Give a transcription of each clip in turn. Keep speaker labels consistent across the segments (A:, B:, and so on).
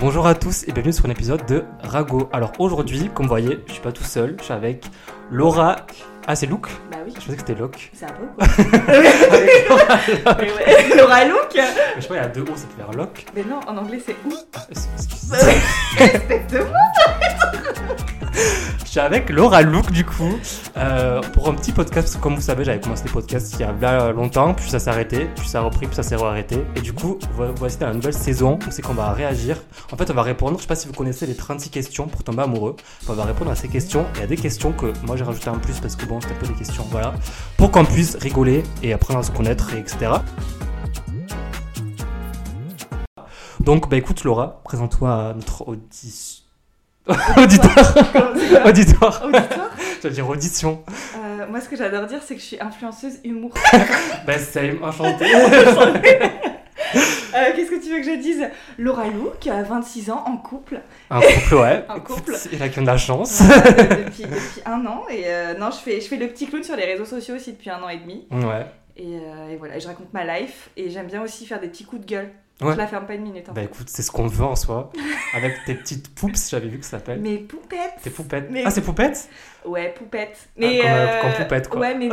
A: Bonjour à tous et bienvenue sur un épisode de Rago. Alors aujourd'hui, comme vous voyez, je suis pas tout seul, je suis avec Laura. Ah, c'est Luke
B: Bah oui,
A: Je pensais que c'était Locke.
B: c'est un peu quoi. Laura Look
A: Mais je sais pas, il y a deux O, ça peut faire Locke.
B: Mais non, en anglais c'est où
A: Ah, c'est- c'est-
B: Exactement
A: Je suis avec Laura Luke du coup euh, pour un petit podcast. Comme vous savez, j'avais commencé des podcasts il y a bien longtemps, puis ça s'est arrêté, puis ça a repris, puis ça s'est arrêté. Et du coup, vo- voici la nouvelle saison. Donc c'est qu'on va réagir. En fait, on va répondre. Je sais pas si vous connaissez les 36 questions pour tomber amoureux. Enfin, on va répondre à ces questions et à des questions que moi j'ai rajouté en plus parce que bon, c'était un peu des questions, voilà, pour qu'on puisse rigoler et apprendre à se connaître, et etc. Donc, bah écoute Laura, présente-toi à notre audi- auditeur. Auditoire.
B: Auditoire
A: J'allais dire audition.
B: Euh, Moi ce que j'adore dire c'est que je suis influenceuse humour.
A: Bah, c'est enchanté.
B: Euh, Qu'est-ce que tu veux que je dise Laura Look, 26 ans, en couple,
A: Un couple, ouais.
B: Un couple.
A: Il a qui a de la chance.
B: voilà, de- Euh, depuis, depuis un an. Et euh, non, je fais, je fais le petit clown sur les réseaux sociaux aussi depuis un an et demi.
A: Ouais.
B: Et, euh, et voilà, et je raconte ma life. Et j'aime bien aussi faire des petits coups de gueule.
A: Ouais.
B: Je la ferme pas une minute. hein.
A: Bah, écoute, c'est ce qu'on veut en soi. Avec tes petites poups, j'avais vu que ça s'appelle.
B: Mais poupette
A: Tes poupettes.
B: Mais-
A: Ah, c'est poupettes
B: Ouais, poupette.
A: comme, euh, comme poupette, quoi.
B: Ouais, mais.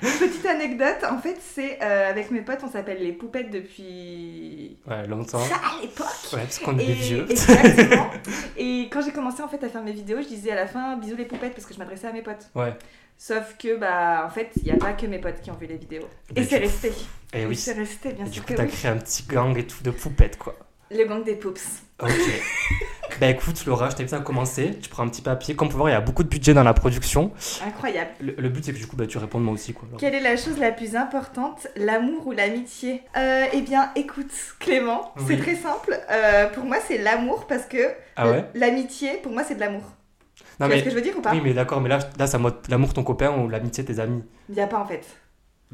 B: Petite anecdote, en fait, c'est euh, avec mes potes, on s'appelle les poupettes depuis.
A: Ouais, longtemps.
B: Ça
A: Ouais,
B: à l'époque
A: parce qu'on est
B: et,
A: des vieux.
B: exactement. et quand j'ai commencé en fait à faire mes vidéos, je disais à la fin bisous les poupettes parce que je m'adressais à mes potes.
A: Ouais.
B: Sauf que bah en fait, il n'y a pas que mes potes qui ont vu les vidéos.
A: Bah,
B: Et c'est
A: du-
B: resté.
A: Eh
B: Et
A: oui.
B: C'est resté bien
A: Et du
B: sûr
A: coup,
B: que
A: t'as
B: oui.
A: créé un petit gang et tout de poupettes, quoi.
B: Le gang des poups.
A: Ok. bah, écoute, Laura, je t'invite à commencer. Tu prends un petit papier. Comme vous pouvez voir, il y a beaucoup de budget dans la production.
B: Incroyable.
A: Le, le but, c'est que du coup, bah, tu réponds moi aussi, quoi.
B: Quelle est la chose la plus importante, l'amour ou l'amitié Euh, Eh bien, écoute, Clément,
A: Oui.
B: c'est très simple. Euh, pour moi, c'est l'amour parce que
A: Ah ouais
B: l'amitié, pour moi, c'est de l'amour.
A: Non,
B: tu vois ce
A: mais.
B: que je veux dire ou pas
A: Oui, mais d'accord, mais là, là ça mode l'amour de ton copain ou l'amitié de tes amis.
B: Il n'y a pas en fait.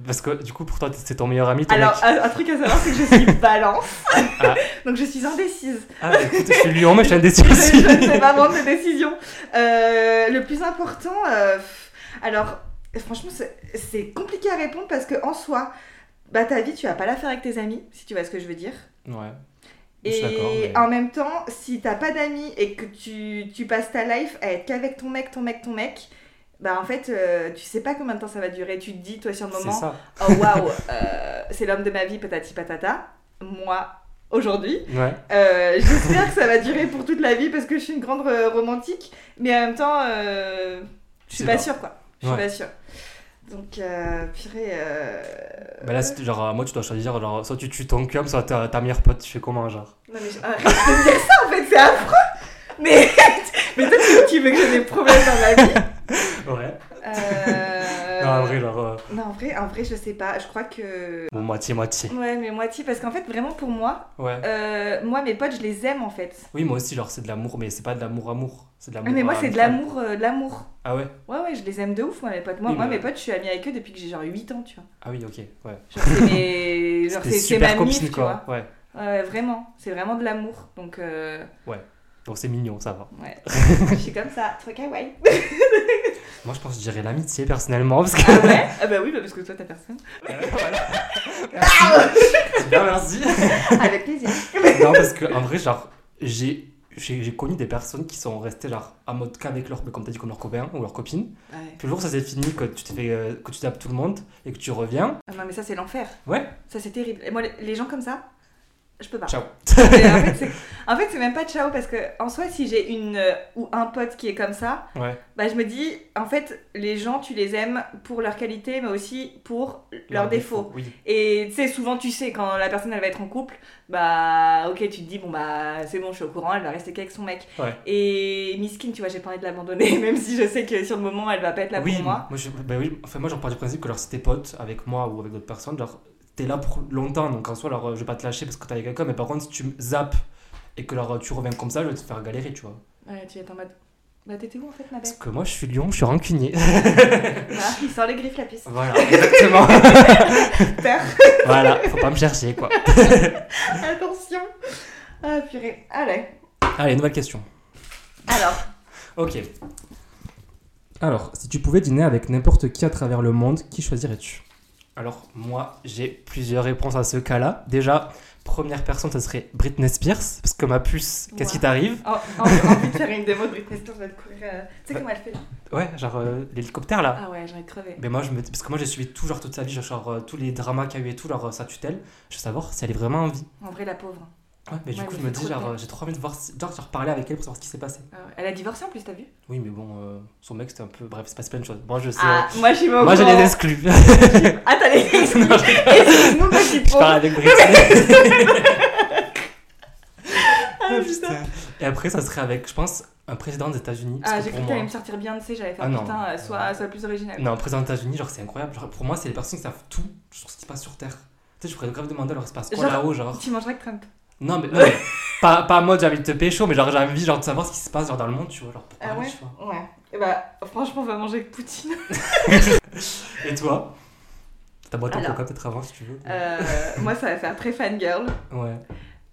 A: Parce que du coup, pour toi, c'est ton meilleur ami, ton
B: Alors,
A: mec.
B: un, un truc à savoir, c'est que je suis balance.
A: Ah.
B: Donc, je suis indécise.
A: Ah, bah, écoute, je suis lion, mais je suis indécis
B: Je,
A: aussi.
B: je ne sais pas prendre de décision. Euh, le plus important, euh, pff, alors, franchement, c'est- c'est compliqué à répondre parce que en soi, bah, ta vie, tu vas pas la faire avec tes amis, si tu vois ce que je veux dire.
A: Ouais. Je suis d'accord.
B: Et
A: mais-
B: en même temps, si t'as pas d'amis et que tu, tu passes ta life à être qu'avec ton mec, ton mec, ton mec, bah en fait, euh, tu sais pas combien de temps ça va durer. Tu te dis, toi, sur le
A: C'est
B: moment,
A: ça.
B: oh waouh, euh, c'est l'homme de ma vie, patati patata. Moi, aujourd'hui,
A: Ouais.
B: euh, j'espère que ça va durer pour toute la vie parce que je suis une grande euh, romantique, mais en même temps, euh, je suis
A: C'est
B: pas,
A: pas-
B: sûre quoi. Je suis
A: Ouais.
B: pas sûre. Donc, euh, purée. euh,
A: Bah là, c'est genre, euh, moi, tu dois choisir, genre, soit tu tues ton cum, soit ta, ta meilleure pote, tu fais comment, genre
B: Non mais je- arrête de dire ça en fait, c'est affreux Mais, mais toi tu- tu veux que j'ai des problèmes dans ma vie
A: Ouais.
B: Euh,
A: Non, en vrai, genre, euh,
B: Non en vrai, en vrai je sais pas, je crois que...
A: bon, moitié-moitié.
B: Ouais mais moitié, parce qu'en fait vraiment pour moi,
A: Ouais.
B: euh, moi mes potes je les aime en fait.
A: Oui, moi aussi, genre, c'est de l'amour, mais c'est pas de l'amour-amour. C'est de
B: Ah,
A: l'amour.
B: mais moi
A: euh,
B: c'est de
A: amical.
B: l'amour, euh, de l'amour.
A: Ah ouais
B: Ouais ouais je les aime de ouf moi mes potes. Moi,
A: Oui,
B: moi
A: mais- euh,
B: mes potes je suis amie avec eux depuis que j'ai genre 8 ans tu vois.
A: Ah oui, ok. Ouais.
B: Genre c'est mes... genre,
A: T'es
B: c'est- c'est ma
A: super
B: mif
A: copine,
B: tu
A: quoi.
B: vois.
A: Ouais.
B: Ouais vraiment, c'est vraiment de l'amour. Donc euh,
A: Donc, c'est mignon, ça va.
B: ouais, je suis comme ça, trop kawaii.
A: Moi, je pense que je dirais l'amitié, personnellement, parce que.
B: Ah ouais Ah bah oui, bah parce que toi t'as personne.
A: Euh, voilà. Merci. Bien, merci.
B: Avec plaisir.
A: Non, parce que en vrai, genre, j'ai. J'ai j'ai connu des personnes qui sont restées genre en mode qu'avec leur, comme t'as dit, comme leur copain ou leur copine.
B: Ouais.
A: Puis le jour où ça s'est fini, que tu t'es fait, euh, que tu tapes tout le monde et que tu reviens,
B: Ah non mais ça c'est l'enfer.
A: Ouais.
B: Ça c'est terrible. Et moi les- les gens comme ça, je peux pas.
A: ciao.
B: Et en fait c'est en fait, c'est même pas ciao parce que en soi si j'ai une euh, ou un pote qui est comme ça,
A: Ouais.
B: bah je me dis en fait les gens tu les aimes pour leur qualité mais aussi pour leurs défauts.
A: Oui.
B: Et tu sais souvent tu sais quand la personne elle va être en couple, bah ok tu te dis bon bah c'est bon je suis au courant elle va rester qu'avec son mec.
A: Ouais.
B: Et Miskin tu vois j'ai pas envie de l'abandonner même si je sais que sur le moment elle va pas être là
A: oui,
B: pour moi.
A: je, bah oui, enfin, moi, j'en pars du principe que genre, si t'es pote avec moi ou avec d'autres personnes, genre, t'es là pour longtemps, donc en soi, alors, euh, je vais pas te lâcher parce que t'es avec quelqu'un, mais par contre, si tu me zappes et que alors, tu reviens comme ça, je vais te faire galérer, tu vois.
B: Ouais tu es en mode bah t'étais où en fait ma belle
A: Parce que moi, je suis lion, je suis rancunier.
B: Ah, il sort les griffes, la puce.
A: voilà, exactement.
B: Peur.
A: voilà, faut pas me chercher, quoi.
B: Attention. Ah, purée. Allez.
A: Allez, nouvelle question.
B: Alors,
A: Ok. Alors, si tu pouvais dîner avec n'importe qui à travers le monde, qui choisirais-tu Alors, moi, j'ai plusieurs réponses à ce cas-là. Déjà, première personne, ça serait Britney Spears, parce que ma puce, qu'est-ce qui
B: Wow.
A: t'arrive
B: En- en- envie de faire une démo de Britney Spears, je vais te courir. euh, Tu sais
A: Bah-
B: comment elle fait là
A: Ouais, genre euh, l'hélicoptère là.
B: Ah ouais, j'aurais crevé.
A: Mais moi, je me... parce que moi, j'ai suivi tout, genre toute sa vie, genre, genre, euh, tous les dramas qu'il y a eu et tout, genre euh, sa tutelle. Je veux savoir si elle est vraiment en vie.
B: En vrai, la pauvre.
A: Ouais, mais du
B: Ouais,
A: coup,
B: mais
A: je me
B: c'est
A: dis,
B: trop
A: genre,
B: bien.
A: euh, j'ai trop envie de voir, si- genre, de reparler avec elle pour savoir ce qui s'est passé.
B: Ah ouais. Elle a divorcé en plus, t'as vu
A: Oui, mais bon, euh, son mec, c'était un peu. Bref, c'est passé plein de choses. Moi, je sais. hein.
B: Ah, moi j'ai
A: Moi, j'ai les exclus. je
B: Ah, t'as les exclus Excuse-nous, petit
A: parle
B: pauvre.
A: avec Britney.
B: Ah, putain.
A: Oh, Et après, ça serait avec, je pense, un président des États-Unis. parce
B: Ah,
A: que
B: j'ai
A: pour
B: cru que t'allais
A: moi-
B: me sortir bien de C, j'allais faire
A: Ah, non.
B: putain, euh, sois, sois plus original.
A: Non, président des États-Unis, genre, c'est incroyable. Genre, pour moi, c'est les personnes qui savent tout sur ce qui se passe sur Terre. Tu sais, je pourrais grave demander alors, il se passe quoi
B: Genre-
A: là-haut, genre.
B: Tu mangerais que Trump.
A: Non, mais. non, mais pas, pas en mode, j'ai envie de te pécho, mais genre, j'ai envie genre, de savoir ce qui se passe genre, dans le monde, tu vois. Genre, pour
B: Ah
A: parler,
B: ouais
A: tu vois.
B: Ouais. Et bah, franchement, on va manger que Poutine.
A: Et toi T'as boîte ton
B: Alors.
A: coca peut-être avant, si tu veux.
B: Euh, moi, ça va faire très fangirl,
A: Ouais.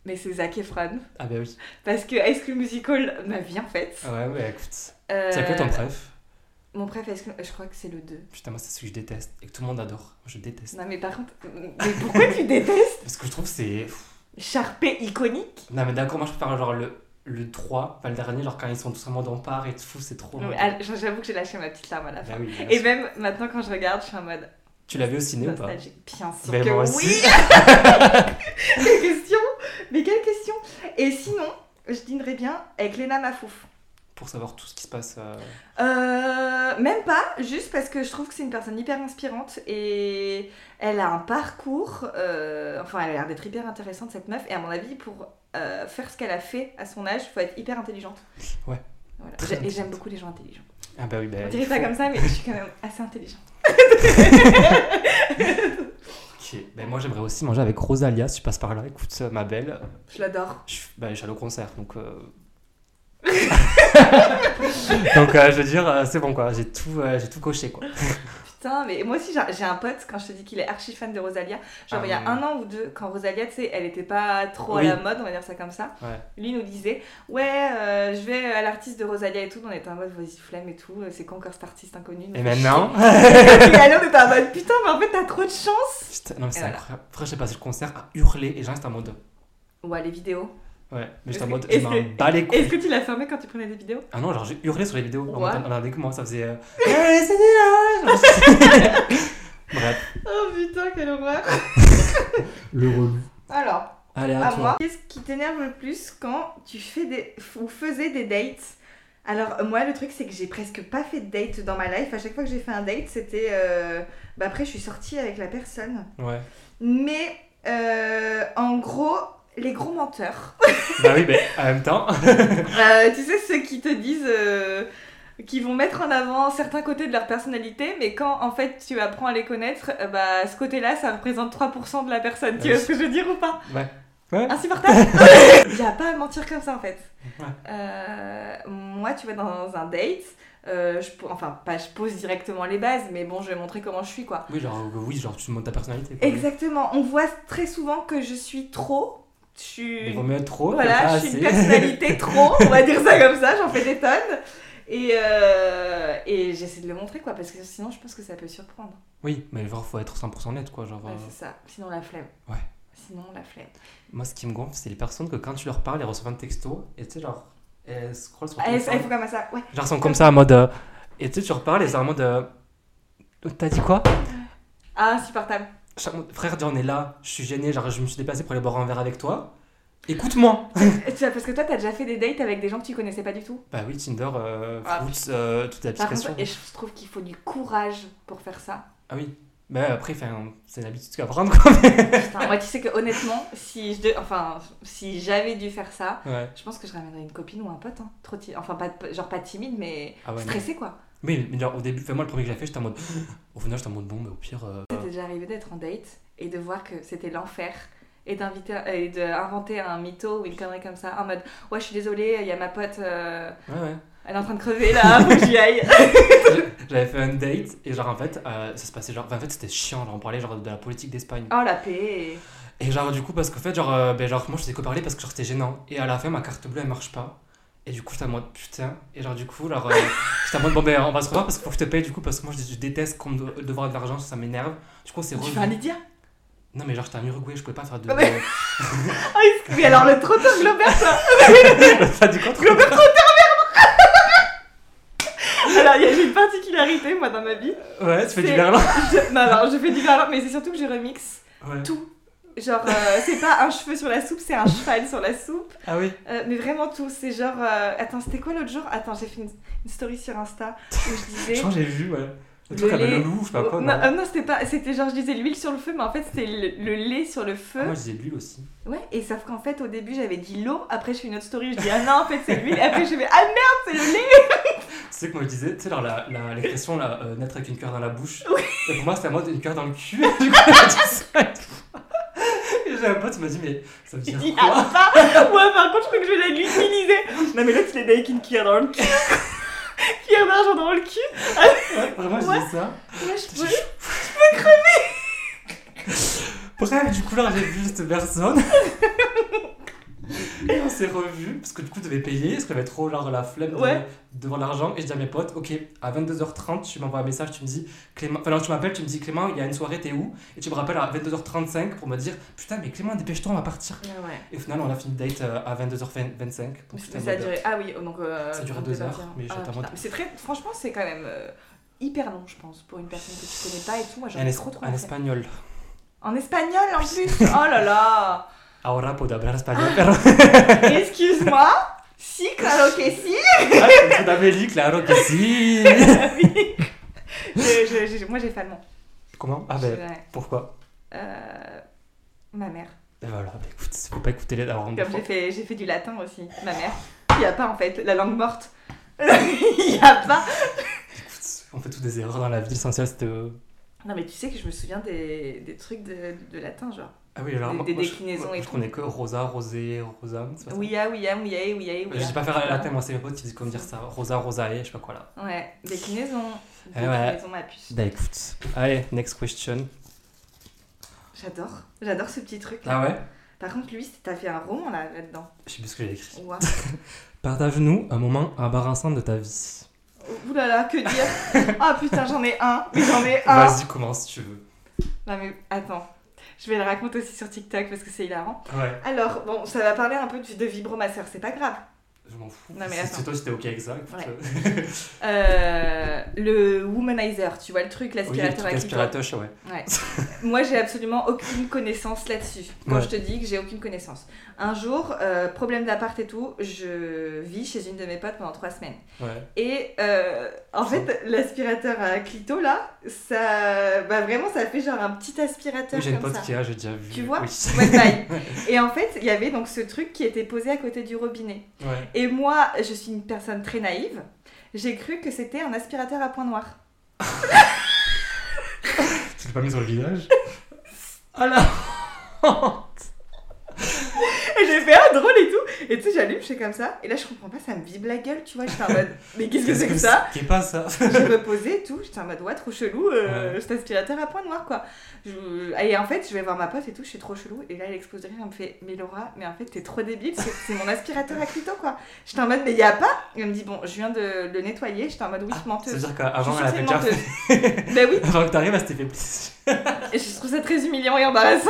B: mais c'est Zac Efron.
A: Ah, bah oui.
B: Parce que High School Musical m'a vie en fait.
A: Ouais, ouais, écoute.
B: Euh,
A: Ah, C'est quoi ton préf
B: Mon préf, High School- je crois que c'est le 2.
A: Putain, moi, c'est celui que je déteste et que tout le monde adore. Je déteste.
B: Non, mais par contre, mais pourquoi tu détestes
A: Parce que je trouve que c'est.
B: Sharpay iconique
A: Non, mais d'accord, moi, je préfère genre le, le 3, pas le dernier, genre quand ils sont tous en mode en part et tout, c'est trop.
B: Non, mais ah, J'avoue que j'ai lâché ma petite larme à la fin.
A: Bah oui, bien
B: Et
A: sûr.
B: même maintenant, quand je regarde, je suis en mode
A: Tu l'as vu au ciné ou pas
B: nostalgique. Bien sûr
A: Ben,
B: que
A: moi
B: oui
A: aussi.
B: Quelle question Mais quelle question Et sinon, je dînerais bien avec Léna Mafouf.
A: Pour savoir tout ce qui se passe. euh,
B: Euh, même pas, juste parce que je trouve que c'est une personne hyper inspirante et elle a un parcours, euh, enfin elle a l'air d'être hyper intéressante cette meuf et à mon avis pour euh, faire ce qu'elle a fait à son âge, faut être hyper intelligente.
A: Ouais.
B: Voilà.
A: Très
B: J'ai- Et
A: intelligente.
B: j'aime beaucoup les gens intelligents.
A: Ah, bah oui, bah.
B: On
A: il
B: dirait pas
A: faut-
B: comme ça mais je suis quand même assez intelligente.
A: Ok, ben moi j'aimerais aussi manger avec Rosalia si tu passes par là. Écoute, euh, ma belle,
B: Je l'adore.
A: je suis, ben, je suis allé au concert donc. euh, donc euh, je veux dire, euh, c'est bon quoi, j'ai tout, euh, j'ai tout coché quoi.
B: Putain mais moi aussi j'ai- j'ai un pote quand je te dis qu'il est archi fan de Rosalia,
A: Ah,
B: genre il y a
A: ouais.
B: un an ou deux quand Rosalia tu sais elle était pas trop
A: Oui.
B: à la mode on va dire ça comme ça.
A: Ouais.
B: Lui nous disait Ouais, euh, je vais à l'artiste de Rosalia et tout. On était en mode Vas-y, flemme et tout. C'est quoi encore cet artiste inconnu nous
A: Et
B: fait
A: maintenant.
B: chier. Et alors, on était en mode Putain, mais en fait, t'as trop de chance
A: Putain, non mais c'est
B: Et voilà.
A: incroyable. Après j'ai passé le concert à hurler et les gens étaient en mode.
B: Ouais, les vidéos.
A: Ouais, mais j'étais
B: Est-ce
A: en mode,
B: que-
A: je m'en
B: est-ce que-
A: bats les couilles.
B: Est-ce que tu l'as fermé quand tu prenais des vidéos
A: Ah non, genre j'ai hurlé sur les vidéos. On
B: Ouais.
A: entendait que moi, ça faisait. euh, Ouais, c'est nul, hein Genre, Bref,
B: Oh putain, quelle horreur
A: le relou.
B: Alors,
A: Allez, à,
B: à
A: toi.
B: moi, qu'est-ce qui t'énerve le plus quand tu fais des. ou faisais des dates alors moi le truc c'est que j'ai presque pas fait de date dans ma life. À chaque fois que j'ai fait un date c'était... euh, Bah après je suis sortie avec la personne.
A: Ouais.
B: Mais euh, en gros, les gros menteurs.
A: Bah oui, mais en même temps.
B: Euh, tu sais, ceux qui te disent. euh, qui vont mettre en avant certains côtés de leur personnalité, mais quand en fait tu apprends à les connaître, euh, bah ce côté-là ça représente 3% de la personne. Tu
A: Oui.
B: vois ce que je veux dire ou pas
A: Ouais. Ouais.
B: Insupportable Il n'y a pas à mentir comme ça en fait.
A: Ouais.
B: Euh, moi, tu vas dans un date, euh, je, po- enfin pas je pose directement les bases, mais bon, je vais montrer comment je suis quoi.
A: Oui, genre, euh, oui, genre tu montes ta personnalité. quoi.
B: Exactement, on voit très souvent que je suis trop. Je suis
A: Il vaut mieux être trop. que
B: Voilà,
A: Oh, pas
B: je suis une
A: assez.
B: personnalité trop, on va dire ça comme ça, j'en fais des tonnes. Et, euh, et j'essaie de le montrer, quoi, parce que sinon je pense que ça peut surprendre.
A: Oui, mais genre faut être 100% net quoi. Genre,
B: Ouais,
A: euh,
B: c'est ça. Sinon la flemme.
A: Ouais.
B: Sinon la flemme.
A: Moi, ce qui me gonfle, c'est les personnes que quand tu leur parles, elles reçoivent un texto et tu sais, genre, elles scrollent sur
B: Ah,
A: ton
B: Elle, elle
A: téléphone.
B: faut comme ça, ouais.
A: Genre, elles sont comme ça en mode. euh, Et tu sais, tu reparles et c'est en mode. euh, T'as dit quoi
B: Ah, insupportable.
A: Chaque- Frère, on est là, je suis gêné, genre je me suis déplacé pour aller boire un verre avec toi. Écoute-moi
B: Tu vois, parce que toi, t'as déjà fait des dates avec des gens que tu connaissais pas du tout.
A: Bah oui, Tinder, euh,
B: Ah,
A: Fruits, euh, toutes les
B: Par
A: applications.
B: contre, et je trouve qu'il faut du courage pour faire ça.
A: Ah oui. Mais après, enfin, c'est une habitude qu'à prendre quoi.
B: Putain, moi, tu sais que honnêtement, si je, de- enfin, si j'avais dû faire ça,
A: Ouais.
B: je pense que je ramènerais une copine ou un pote, hein. Trop ti- enfin pas, genre pas timide, mais
A: Ah ouais, non.
B: stressé quoi.
A: Oui, mais genre au début, enfin, moi le premier que j'ai fait, j'étais en mode. Au final, j'étais en mode bon, mais au pire. euh,
B: C'était déjà arrivé d'être en date et de voir que c'était l'enfer et d'inviter euh, et d'inventer un mytho ou une connerie comme ça en mode ouais je suis désolée il y a ma pote euh,
A: Ouais, ouais.
B: elle est en train de crever là faut que j'y aille
A: J'avais fait un date et genre en fait, euh, ça se passait genre. enfin, en fait, c'était chiant, genre on parlait genre de la politique d'Espagne.
B: oh la paix
A: Et genre du coup, parce qu'en fait, genre, euh, ben, genre moi je sais que parler parce que genre c'était gênant. Et à la fin, ma carte bleue elle marche pas. Et du coup, j'étais en mode putain. Et genre, du coup, alors, euh, j'étais en mode bon, ben, on va se revoir parce qu'il faut que je te paye, du coup, parce que moi, je, je déteste qu'on me de- devoir de l'argent, ça m'énerve. Du coup, on s'est
B: Tu
A: revu.
B: fais un Lydia
A: Non, mais genre, j'étais en Uruguay, je pouvais pas faire de.
B: Ah, mais- Ah, il- Oui, alors le trotteur Globert, ça.
A: Pas du contre.
B: Alors, il y a j'ai une particularité, moi, dans ma vie.
A: Ouais, tu fais du
B: C'est-
A: verlan.
B: Je- Non, non, je fais du verlan, mais c'est surtout que je remixe
A: Ouais.
B: tout. Genre, euh, c'est pas un cheveu sur la soupe, c'est un cheval sur la soupe.
A: Ah oui.
B: Euh, mais vraiment tout. C'est genre. euh, Attends, c'était quoi l'autre jour Attends, j'ai fait une, une story sur Insta où je
A: Je
B: disais.
A: crois que j'ai vu, ouais. Le
B: Le
A: truc avec
B: lait-
A: le loup, je sais pas
B: Oh,
A: Bah, quoi.
B: non,
A: Non.
B: euh, non, c'était pas. C'était genre, je disais l'huile sur le feu, mais en fait, c'était le, le lait sur le feu.
A: Ah, moi, je disais l'huile aussi.
B: Ouais, et sauf qu'en fait, au début, j'avais dit l'eau. Après, je fais une autre story, je dis ah non, en fait, c'est l'huile. Après, je fais ah merde, c'est le lait.
A: C'est que moi je disais, tu sais, alors la, la, l'expression là, euh, naître avec une cœur dans la bouche. Et pour moi, c'était à mode une cœur dans le cul. Et du coup, elle a dit ça. et tout. Et j'ai un pote, il m'a dit, mais ça veut
B: Je
A: dire
B: dis
A: quoi
B: ah ça. Ouais, par contre, je crois que je vais la- l'utiliser. Non, mais là, tu l'as avec une cuillère dans le cul. cuillère d'argent dans le cul.
A: Ouais, Vraiment, j'ai
B: Ouais.
A: dit ça.
B: Là, je
A: Je
B: peux.
A: peux crever Bref, du coup, là, j'ai vu cette personne. Et on s'est revus, parce que du coup, je devais payer, parce que j'avais trop genre, la flemme de-
B: Ouais.
A: devant l'argent. Et je dis à mes potes, ok, à 22h30, tu m'envoies un message, tu me dis, Clément, enfin, non, tu m'appelles, tu me dis, Clément, il y a une soirée, t'es où Et tu me rappelles à 22h35 pour me dire, putain, mais Clément, dépêche-toi, on va partir.
B: Ouais.
A: Et au final, on a fini le date euh, à 22h25.
B: Mais ça a duré. Ah oui, oh, donc. euh,
A: Ça a duré
B: donc
A: deux
B: t'es
A: heures,
B: parti, hein.
A: mais j'étais en
B: putain.
A: mode-
B: Mais C'est très. Franchement, c'est quand même euh, hyper long, je pense, pour une personne que tu connais pas et tout. Moi, j'en
A: euh, En,
B: ai
A: es-
B: trop trop.
A: en
B: marre.
A: espagnol.
B: En espagnol, en plus. Oh là là.
A: Ahora puedo hablar español,
B: Ah.
A: pero...
B: Excuse-moi. Si, claro que si.
A: Ah, c'est une Amélie, claro que si
B: Oui. Je- je- je- moi, j'ai fait allemand.
A: Comment Ah ben,
B: Ouais.
A: pourquoi
B: Euh, ma mère.
A: Et voilà, bah, écoute, faut pas écouter les darons. des
B: Comme
A: fois.
B: j'ai fait, j'ai fait du latin aussi. Ma mère. Il n'y a pas en fait la langue morte. Il n'y a pas.
A: Écoute, on fait toutes des erreurs dans la vie, l'essentiel c'est de...
B: Non mais tu sais que je me souviens des, des trucs de, de latin genre.
A: Ah oui, alors
B: Des-
A: moi,
B: des
A: moi, je-
B: déclinaisons
A: moi,
B: et
A: je
B: tout.
A: connais que Rosa, Rosé, Rosa, c'est pas ça Euh,
B: Ouya, ouya, ouya, ouya,
A: Je
B: ouya.
A: sais pas faire
B: Ah.
A: latin, moi c'est mes potes qui disent comment dire ça. Rosa, Rosae, je sais pas quoi là.
B: Ouais, déclinaison.
A: Eh
B: Déclinaison ma puce.
A: Bah écoute. Allez, next question.
B: J'adore. J'adore ce petit truc.
A: Ah ouais
B: Par contre, lui, c'est- t'as fait un roman là- là-dedans.
A: Je sais plus ce que j'ai écrit.
B: Ouah.
A: Partage-nous un moment embarrassant de ta vie.
B: Ouh là là, que dire Ah putain, j'en ai un. Mais j'en ai un.
A: Vas-y, commence si tu veux.
B: Non mais attends, je vais le raconter aussi sur TikTok parce que c'est hilarant.
A: Ouais,
B: Alors bon, ça va parler un peu du- de vibromasseur, c'est pas grave.
A: je m'en fous.
B: Non, mais
A: si
B: attends.
A: c'est toi, si t'es ok avec ça, écoute.
B: Ouais.
A: euh,
B: Euh, le womanizer, tu vois le truc,
A: Oui, le
B: l'aspirateur
A: truc
B: à clitoris.
A: aspirateur, ouais.
B: Ouais. Moi j'ai absolument aucune connaissance là-dessus. Quand
A: Ouais.
B: je te dis que j'ai aucune connaissance. Un jour, euh, problème d'appart et tout, je vis chez une de mes potes pendant trois semaines.
A: Ouais.
B: Et euh, en fait, l'aspirateur à clito là, ça, bah vraiment ça fait genre un petit aspirateur
A: Oui, j'ai une
B: comme
A: pote
B: ça.
A: qui a, j'ai déjà vu.
B: Tu vois
A: Oui.
B: Ouais, pareil. Et en fait, il y avait donc ce truc qui était posé à côté du robinet.
A: Ouais.
B: Et moi, je suis une personne très naïve. J'ai cru que c'était un aspirateur à point noir.
A: Tu l'as pas mis sur le village
B: Oh
A: Ah là
B: Et j'ai fait un drôle et tout. Et tu sais, j'allume, je fais comme ça. Et là, je comprends pas, ça me vibre la gueule, tu vois. J'étais en mode, mais qu'est-ce que c'est que ça
A: Qu'est-ce pas ça
B: J'ai reposé et tout. J'étais en mode, ouais, trop chelou, euh, cet aspirateur à point noir, quoi. Je- Et en fait, je vais voir ma pote et tout, je suis trop chelou. Et là, elle explose de rire, elle me fait, mais Laura, mais en fait, t'es trop débile, c'est c'est mon aspirateur à clito, quoi. J'étais en mode, mais y a pas. Et elle me dit, bon, je viens de le nettoyer. J'étais en mode,
A: Ah,
B: oui, menteuse.
A: C'est-à-dire
B: Je
A: qu'avant,
B: suis
A: elle avait
B: une
A: déjà
B: menteuse. ben oui,
A: Avant que t'arrives, elle s'était fait plaisir.
B: et je trouve ça très humiliant et embarrassant.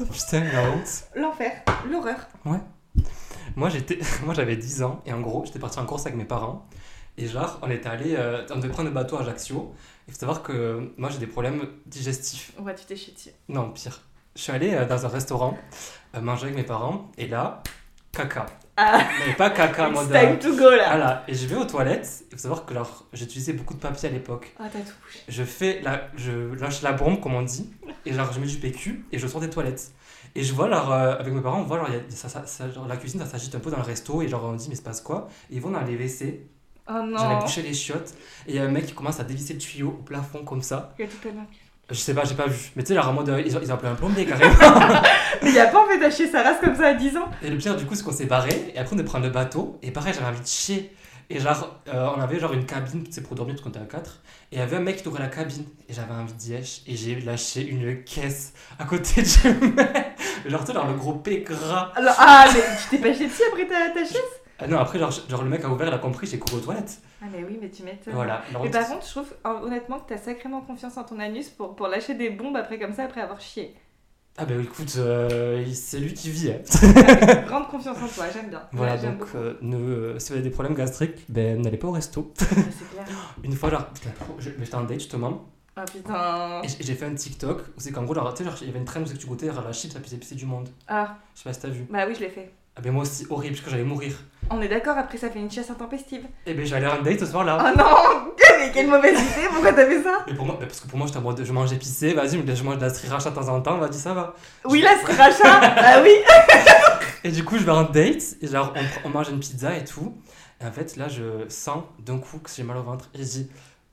A: Oh, Putain, la honte.
B: L'enfer, l'horreur.
A: Moi, j'étais, moi, j'avais 10 ans et en gros, j'étais parti en course avec mes parents. Et genre, on était allé, euh, on devait prendre le bateau à Ajaccio. Il faut savoir que euh, moi, j'ai des problèmes digestifs.
B: Ouais, tu t'es chié dessus.
A: Non, pire. Je suis allé euh, dans un restaurant euh, manger avec mes parents et là, caca.
B: Ah.
A: Mais pas caca,
B: It's
A: mode. euh,
B: time to go là.
A: Voilà. Et je vais aux toilettes. Il faut savoir que genre, j'utilisais beaucoup de papier à l'époque.
B: Ah, t'as tout bouché.
A: je fais la, je lâche la bombe comme on dit et genre je mets du PQ et je sors des toilettes et je vois alors euh, avec mes parents on voit genre, il y a- ça- ça- ça- genre, la cuisine ça s'agite un peu dans le resto et genre on dit mais il se passe quoi et ils vont dans les WC
B: Oh
A: j'en ai
B: non.
A: bouché les chiottes et il y a un mec qui commence à dévisser le tuyau au plafond comme ça
B: Il y a tout pas bien.
A: je sais pas j'ai pas vu mais tu sais genre en mode euh, ils ont, ils ont appelé un plombier carrément
B: Mais y a pas en fait à chier sa race comme ça à 10 ans.
A: et le pire du coup c'est qu'on s'est barré et après on est prendre le bateau et pareil j'avais envie de chier Et genre, euh, on avait genre une cabine, c'est pour dormir parce qu'on était à 4. Et il y avait un mec qui ouvrait la cabine. Et j'avais envie d'y être. Et j'ai lâché une caisse à côté du mec. Genre, tu sais, genre le gros P gras.
B: Alors, ah, mais tu t'es pas jeté dessus après ta, ta chaise
A: Ah non, après, genre, genre, le mec a ouvert, il a compris, j'ai couru aux toilettes.
B: Ah, mais oui, mais tu m'étonnes.
A: Voilà. Genre,
B: Mais par contre, je trouve hon- honnêtement que t'as sacrément confiance en ton anus pour, pour lâcher des bombes après comme ça, après avoir chié.
A: Ah bah écoute, euh, c'est lui qui vit. hein.
B: Grande confiance en toi, j'aime bien.
A: Voilà,
B: Ouais, j'aime
A: donc
B: beaucoup.
A: euh, ne, euh, si vous avez des problèmes gastriques, ben n'allez pas au resto.
B: Ouais, C'est clair.
A: Une fois, genre, putain, je- mais j'étais en date justement,
B: Ah putain.
A: et j- j'ai fait un TikTok où c'est qu'en gros, genre, tu sais, genre, il y avait une traîne où c'est que tu goûtais genre, la chips la plus épicée du monde.
B: Ah,
A: Je sais pas si t'as vu.
B: bah oui, je l'ai fait.
A: Ah ben moi aussi, horrible, parce que j'allais mourir.
B: On est d'accord, après ça fait une chasse intempestive.
A: Et ben j'allais en date ce soir-là.
B: Oh non Mais quelle mauvaise idée, pourquoi t'as fait ça
A: Et pour moi, ben, parce que pour moi, j'étais en mode, je mange épicé, vas-y, mais je mange de la sriracha de temps en temps, vas-y, ça va.
B: Oui, là, c'est rachat Ah oui
A: Et du coup, je vais en date, et genre, on, pr- on mange une pizza et tout. Et en fait, là, je sens d'un coup que j'ai mal au ventre. Et je dis,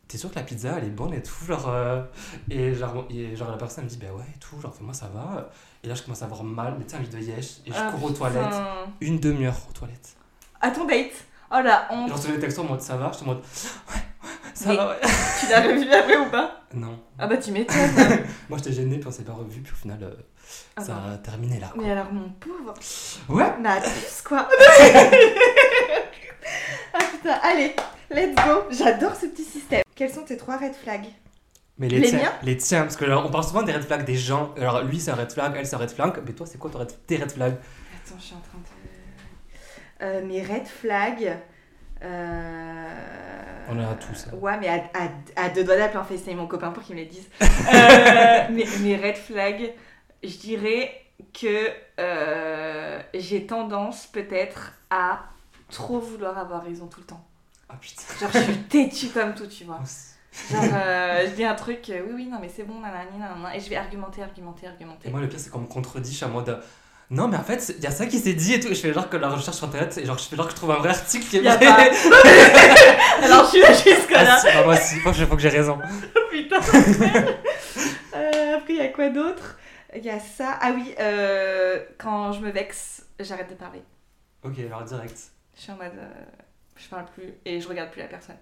A: t'es sûr que la pizza, elle est bonne et tout genre, euh, et, genre, et genre, la personne me dit, bah ouais, et tout, genre, fais moi, ça va. Et là, je commence à avoir mal, mais tu sais, envie de yesh. Et je
B: Ah,
A: cours aux toilettes.
B: Putain.
A: Une demi-heure aux toilettes.
B: À ton date Oh la
A: Et
B: honte
A: Genre, sur les textos en mode, ça va, je te mode, ouais, ouais, ça
B: Mais-
A: va, ouais.
B: Tu l'as revu après ou pas
A: Non,
B: Ah bah tu m'étonnes
A: moi, j'étais gêné, puis on s'est pas revu, puis au final, euh,
B: Ah
A: ça
B: bah.
A: a terminé là. quoi.
B: Mais alors mon pauvre
A: Ouais,
B: Mais attends, quoi Ah putain, allez, let's go J'adore ce petit système Quels sont tes trois red flags
A: mais les,
B: Les
A: tiens,
B: miens
A: les tiens, parce que genre, on parle souvent des red flags des gens. Alors, lui, c'est un red flag, elle, c'est un red flag, mais toi, c'est quoi ton red- tes red flags
B: Attends, je suis en train de... Euh, mes red flags... euh,
A: On en a tous, hein.
B: Ouais, mais à, à- à deux doigts d'appeler en FaceTime mon copain pour qu'il me les dise. Euh, mes, mes red flags, je dirais que euh, j'ai tendance peut-être à trop vouloir avoir raison tout le temps.
A: Ah putain.
B: Genre, je suis têtue comme tout, tu vois.
A: Et
B: Genre, euh, je dis un truc, euh, oui, oui, non, mais c'est bon, nanani, nanana, et je vais argumenter, argumenter, argumenter.
A: moi, le pire, c'est qu'on me contredit, je suis en mode. euh, Non, mais en fait, il y a ça qui s'est dit et tout. Et je fais genre que la recherche sur internet, et genre, je fais genre que je trouve un vrai article qui est
B: Y a
A: vrai.
B: pas. Alors, je suis là jusque-là.
A: Ah, si, bah, moi, si, moi, je faut que j'ai raison.
B: Putain, Euh, Après, il y a quoi d'autre Il y a ça. Ah oui, euh, quand je me vexe, j'arrête de parler.
A: Ok, alors direct.
B: Je suis en mode. euh, je parle plus et je regarde plus la personne.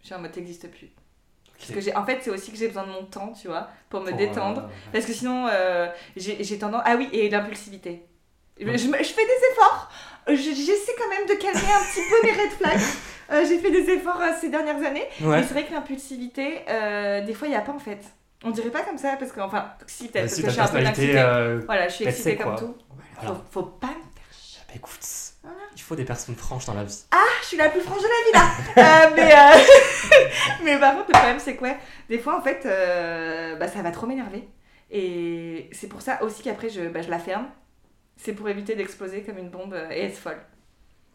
B: Je suis en mode, t'existes plus. Parce que
A: Ok.
B: j'ai, en fait, c'est aussi que j'ai besoin de mon temps, tu vois, pour me
A: Pour,
B: détendre.
A: euh,
B: Parce que sinon, euh, j'ai j'ai tendance. Ah oui, et l'impulsivité. Je, je me- je fais des efforts. Je- J'essaie quand même de calmer un petit peu mes red flags. Euh, j'ai fait des efforts euh, ces dernières années. Mais
A: Ouais.
B: c'est vrai que l'impulsivité, euh, des fois, il n'y a pas en fait. On dirait pas comme ça, parce que, enfin, si, peut-être,
A: Bah,
B: parce
A: si
B: que
A: ta
B: je suis un peu
A: personnalité.
B: excitée.
A: euh,
B: Voilà, je suis
A: elle
B: excitée
A: sait
B: comme
A: quoi.
B: tout.
A: Voilà.
B: Faut, faut pas me faire chier.
A: Bah, écoute,
B: Voilà.
A: il faut des personnes franches dans la vie.
B: Ah, je suis la plus franche de la vie là Euh, mais, euh, mais par contre, le problème, c'est quoi Des fois, en fait, euh, bah, ça va trop m'énerver. Et c'est pour ça aussi qu'après, je, bah, je la ferme. C'est pour éviter d'exploser comme une bombe euh, et être folle.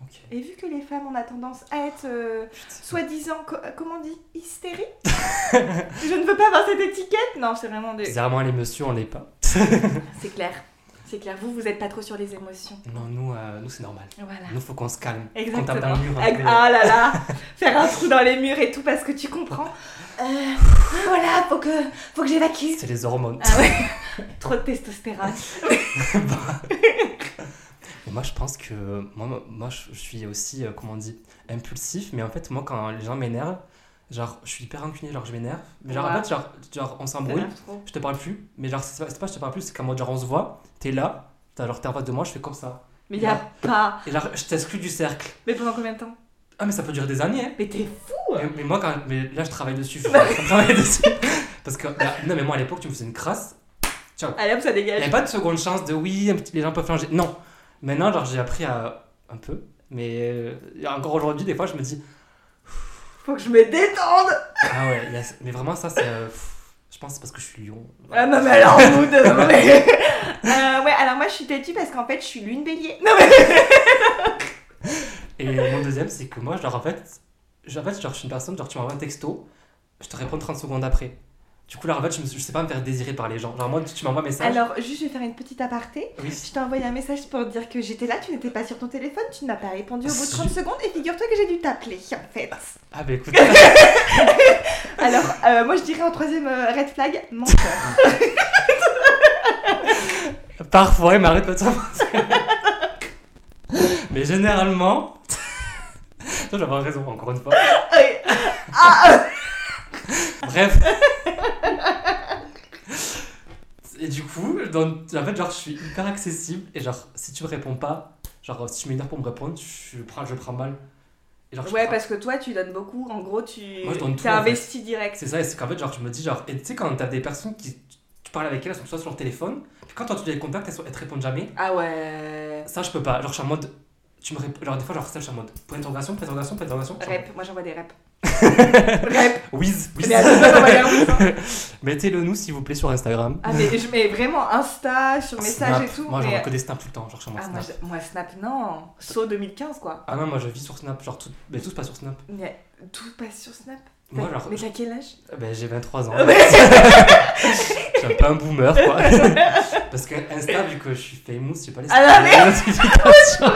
A: Ok.
B: Et vu que les femmes, on a tendance à être, euh, soi-disant, co- euh, comment on dit, hystériques Je ne veux pas avoir cette étiquette Non, c'est vraiment des...
A: Bizarrement, les messieurs, on l'est pas.
B: C'est clair. C'est clair. Vous, vous n'êtes pas trop sur les émotions.
A: Non, nous, euh, nous c'est normal.
B: Voilà.
A: Nous, faut qu'on se calme. Qu'on tape
B: Ah. Exactement.
A: dans le mur. hein. un
B: Ex-
A: peu.
B: Ah là là, faire un trou dans les murs et tout parce que tu comprends. Euh, voilà, faut que, faut que j'évacue.
A: C'est les hormones.
B: Ah ouais, trop de
A: Ah,
B: testostérone.
A: Et moi, je pense que moi, moi je je suis aussi, euh, comment on dit, impulsif, mais en fait, moi, quand les gens m'énervent, genre, je suis hyper rancunier, genre, je m'énerve. Mais genre, en
B: Ouais.
A: fait, genre, genre on s'embrouille,
B: T'énerves trop.
A: je te parle plus, mais genre, c'est pas, c'est pas je te parle plus, c'est qu'en mode, genre, on se voit, t'es là, t'as genre, t'es en face de moi, je fais comme ça.
B: Mais y a pas.
A: Et genre, je t'exclus du cercle.
B: Mais pendant combien de temps
A: Ah, mais ça peut durer des années, hein.
B: Mais t'es fou
A: Mais, mais moi, quand, mais là, je travaille dessus, je travaille dessus. Parce que, là, non, mais moi, à l'époque, tu me faisais une crasse,
B: Allez hop, ça
A: Il n'y
B: dégage.
A: avait pas de seconde chance de oui, un petit- les gens peuvent changer. Non. Maintenant, genre, j'ai appris à un peu. Mais euh, encore aujourd'hui, des fois, je me dis
B: Faut que je me détende.
A: Ah ouais, il y a- mais vraiment, ça, c'est. euh, pff, je pense que c'est parce que je suis lion.
B: Ah non, mais alors, vous deux. ouais. Euh, ouais, alors moi je suis têtue parce qu'en fait je suis lune bélier. Non, mais...
A: Et euh, mon deuxième, c'est que moi, genre, en fait, genre, en fait, genre, je suis une personne, genre, tu m'envoies un texto, je te réponds 30 secondes après. Du coup, là, en fait, je, me, suis- je sais pas me faire désirer par les gens. Genre, moi, tu tu m'envoies un message.
B: Alors, juste je vais faire une petite aparté.
A: Oui.
B: Je t'ai envoyé un message pour dire que j'étais là, tu n'étais pas sur ton téléphone, tu n'as pas répondu au bout de 30 secondes et figure-toi que j'ai dû t'appeler en fait.
A: Ah, bah écoute.
B: Alors, euh, moi je dirais en troisième euh, red flag, menteur.
A: Parfois, il m'arrête pas de s'avancer. Mais généralement, Toi, j'avais raison, encore une fois.
B: Ah
A: Bref. Et du coup, dans- en fait, genre, je suis hyper accessible. Et genre, si tu me réponds pas, genre, si tu m'énerves pour me répondre, je prends, je prends mal. Et genre, je
B: Ouais,
A: prends-
B: parce que toi, tu donnes beaucoup. En gros, tu
A: Moi, je donne tout,
B: t'es
A: en fait.
B: investi direct.
A: C'est ça, et c'est qu'en fait, genre, je me dis, genre, et tu sais, quand t'as des personnes qui. Tu parles avec elles, elles sont soit sur le téléphone, puis quand tu les contacts, elles, sont- elles te répondent jamais.
B: Ah ouais.
A: Ça, je peux pas. Genre, je suis en mode. Tu me réponds. Genre, des fois, genre, ça, je suis en mode. Point d'interrogation, point d'interrogation, point d'interrogation. genre,
B: Rep, moi j'envoie des reps. Rep.
A: Whiz, whiz.
B: Mais attends, ça, ça m'a l'air ouf, hein.
A: Mettez-le nous, s'il vous plaît, sur Instagram.
B: Ah, mais je mets vraiment Insta sur message
A: Snap.
B: et tout.
A: Moi,
B: mais-
A: j'en que des snaps tout le temps, genre, je suis en mode
B: Ah, moi,
A: Snap.
B: je- moi, Snap, non. Saut 2015, quoi.
A: Ah non, moi je vis sur Snap, genre tout, mais tout se passe sur Snap.
B: Mais tout passe sur Snap.
A: Moi, genre,
B: mais t'as quel âge
A: je- ben, j'ai 23 ans,
B: Mais-
A: je suis un peu un boomer quoi. Parce que Insta, vu que je suis famous, j'ai pas les
B: Ah non, mais-
A: notifications.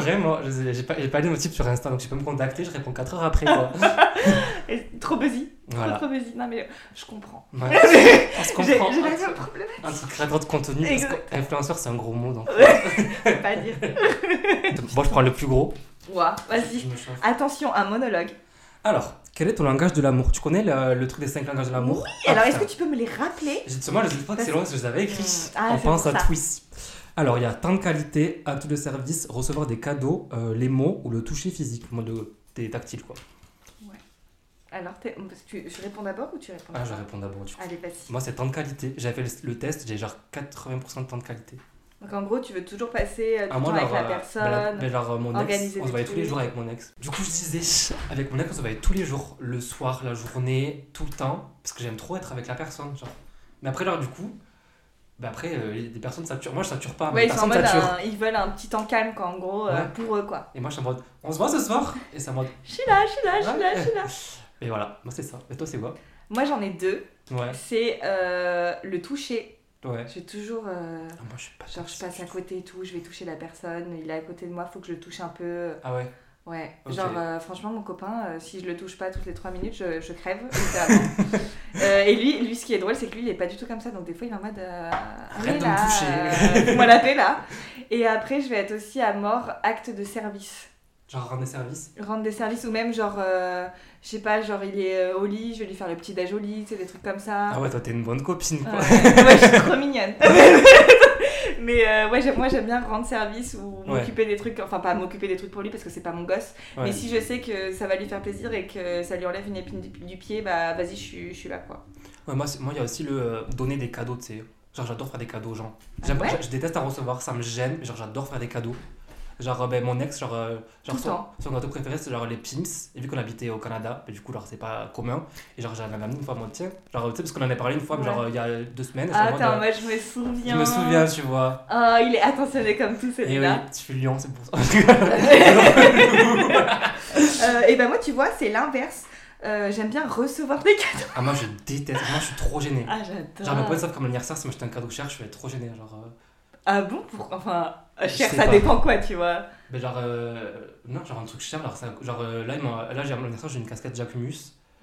A: Vraiment, je sais- j'ai pas, j'ai pas les notifs sur Insta, donc tu peux me contacter, je réponds 4 heures après quoi.
B: Et- Trop busy.
A: Voilà.
B: Trop, trop busy. Non, mais euh, je comprends.
A: Ouais,
B: J'ai
A: on se
B: j'ai
A: comprend.
B: la même problème
A: Un petit créateur de contenu, parce
B: Exact.
A: qu'influenceur c'est un gros mot, donc
B: à pas dire.
A: donc moi je prends le plus gros.
B: Ouah,
A: Je
B: vas-y.
A: me chauffe.
B: Attention, un monologue.
A: Alors, quel est ton langage de l'amour Tu connais le, le truc des 5 langages de l'amour Ah,
B: Oui, alors est-ce que tu peux me les rappeler
A: Justement, les autres fois que c'est loin, je les avais écrits.
B: Ah,
A: On
B: c'est
A: pense
B: pour
A: à
B: ça.
A: Twist. Alors, il y a temps de qualité, acte de service, recevoir des cadeaux, euh, les mots ou le toucher physique, le mode de- des tactiles quoi.
B: Alors, t'es- parce que tu- je réponds d'abord ou tu réponds
A: Ah, je
B: d'abord
A: réponds d'abord du coup.
B: Allez, vas-y.
A: Moi, c'est temps de qualité. J'avais le, le test, j'ai genre 80% de temps de qualité.
B: Donc en gros, tu veux toujours passer euh, du
A: À
B: temps
A: moi,
B: avec
A: genre,
B: la
A: euh,
B: personne.
A: ben, la- ben, genre, euh, mon ex,
B: organiser
A: on
B: des
A: se voyait tous les
B: trucs.
A: jours avec mon ex. Du coup, je disais, avec mon ex, on se voyait tous les jours, le soir, la journée, tout le temps, parce que j'aime trop être avec la personne. Genre. Mais après, genre, du coup, ben après, euh, les- des personnes saturent. Moi, je sature pas, mais
B: ouais,
A: les
B: ils, sont en
A: personnes
B: mode euh,
A: saturent.
B: un- ils veulent un petit temps calme, quoi, en gros, euh,
A: Ouais.
B: pour eux, quoi.
A: Et moi, je suis en mode, on se voit ce soir Et ça mode,
B: Je suis là, je suis là, je suis là, je suis là.
A: et voilà, moi, c'est ça. Et toi, c'est quoi
B: Moi, j'en ai deux.
A: Ouais,
B: C'est euh, le toucher.
A: ouais.
B: J'ai toujours. euh,
A: Ah, moi, je suis pas
B: Genre, je passe à côté et tout, je vais toucher la personne, il est à côté de moi, faut que je le touche un peu.
A: Ah ouais
B: Ouais,
A: Ok.
B: genre, euh, franchement, mon copain, euh, si je le touche pas toutes les 3 minutes, je, je crève, littéralement. Euh, et lui, lui, ce qui est drôle, c'est que lui, il est pas du tout comme ça, donc des fois, il est en mode. euh,
A: de
B: Allez,
A: me
B: là,
A: toucher.
B: euh, fous-moi la paix, là. Et après, je vais être aussi à mort acte de service.
A: Genre, rendre des services
B: Rendre des services, ou même, genre, euh, je sais pas, genre, il est euh, au lit, je vais lui faire le petit déj au lit, tu sais, des trucs comme ça.
A: Ah ouais, toi, t'es une bonne copine, quoi.
B: Ouais, ouais, je suis trop mignonne. Mais euh, ouais, j'aime- moi j'aime bien rendre service ou
A: Ouais.
B: m'occuper des trucs, enfin pas m'occuper des trucs pour lui parce que c'est pas mon gosse.
A: Ouais.
B: Mais si je sais que ça va lui faire plaisir et que ça lui enlève une épine du, du pied, bah vas-y, je suis, je suis là quoi.
A: Ouais, moi, c'est- moi, il y a aussi le euh, donner des cadeaux, tu sais. Genre, j'adore faire des cadeaux aux gens. J'aime-
B: Ah ouais
A: je, je déteste en recevoir, ça me gêne, mais genre, j'adore faire des cadeaux. Genre, euh, ben, mon ex, genre, euh, genre
B: le
A: son,
B: temps.
A: son gâteau préféré, c'est genre les Pims. Et vu qu'on habitait au Canada, et du coup, genre, c'est pas commun. Et genre, j'en avais amené une fois, moi, tu sais. Genre, tu sais, parce qu'on en avait parlé une fois, mais
B: Ouais. Ah,
A: genre, euh, il y a deux semaines. et j'étais en
B: Attends,
A: mode,
B: moi je me
A: euh,
B: souviens.
A: je me souviens, tu vois.
B: Oh, il est attentionné comme tout
A: Et oui,
B: celui-là.
A: je suis lion, c'est pour ça.
B: Euh, et ben moi, tu vois, c'est l'inverse. Euh, j'aime bien recevoir des cadeaux.
A: ah, moi, je déteste. Moi, je suis trop gêné.
B: Ah, j'adore.
A: Genre, mes potes savent comme l'anniversaire, si moi, j'étais un cadeau cher, je vais être trop gêné. Genre, euh,
B: Ah bon pour... Enfin, euh,
A: Je
B: cher,
A: sais
B: ça
A: pas.
B: dépend quoi, tu vois.
A: Ben genre, euh, non, genre un truc cher, genre, ça- genre euh, là, ils m'ont- là j'ai l'impression j'ai une casquette Jacquemus,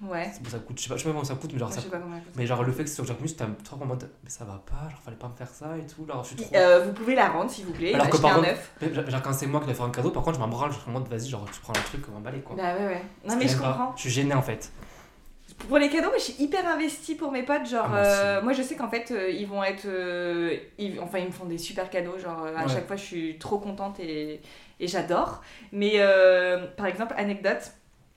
B: Ouais.
A: c'est bon, ça coûte, je sais pas, je sais pas comment ça coûte, mais genre,
B: Moi,
A: ça,
B: je sais pas comment elle
A: mais genre le fait que c'est sur Jacquemus, t'es un peu trop en mode, mais ça va pas, genre fallait pas me faire ça et tout, genre je suis trop...
B: Euh, vous pouvez la rendre s'il vous plaît,
A: Alors que
B: acheter
A: par
B: un
A: contre-
B: œuf.
A: Mais Genre genre, quand c'est moi qui dois faire un cadeau, par contre je m'en branle, je suis en mode, vas-y, genre tu prends le truc, on va emballer quoi.
B: Bah ouais, ouais.
A: Parce
B: Non mais
A: que
B: je
A: j'aime pas.
B: comprends.
A: Je suis gêné en fait.
B: Pour les cadeaux, moi je suis hyper investie pour mes potes. Genre,
A: Ah, moi aussi.
B: euh, moi je sais qu'en fait euh, ils vont être. euh, ils- enfin, ils me font des super cadeaux. Genre, euh, à
A: Ouais.
B: chaque fois je suis trop contente et, et j'adore. Mais euh, par exemple, anecdote,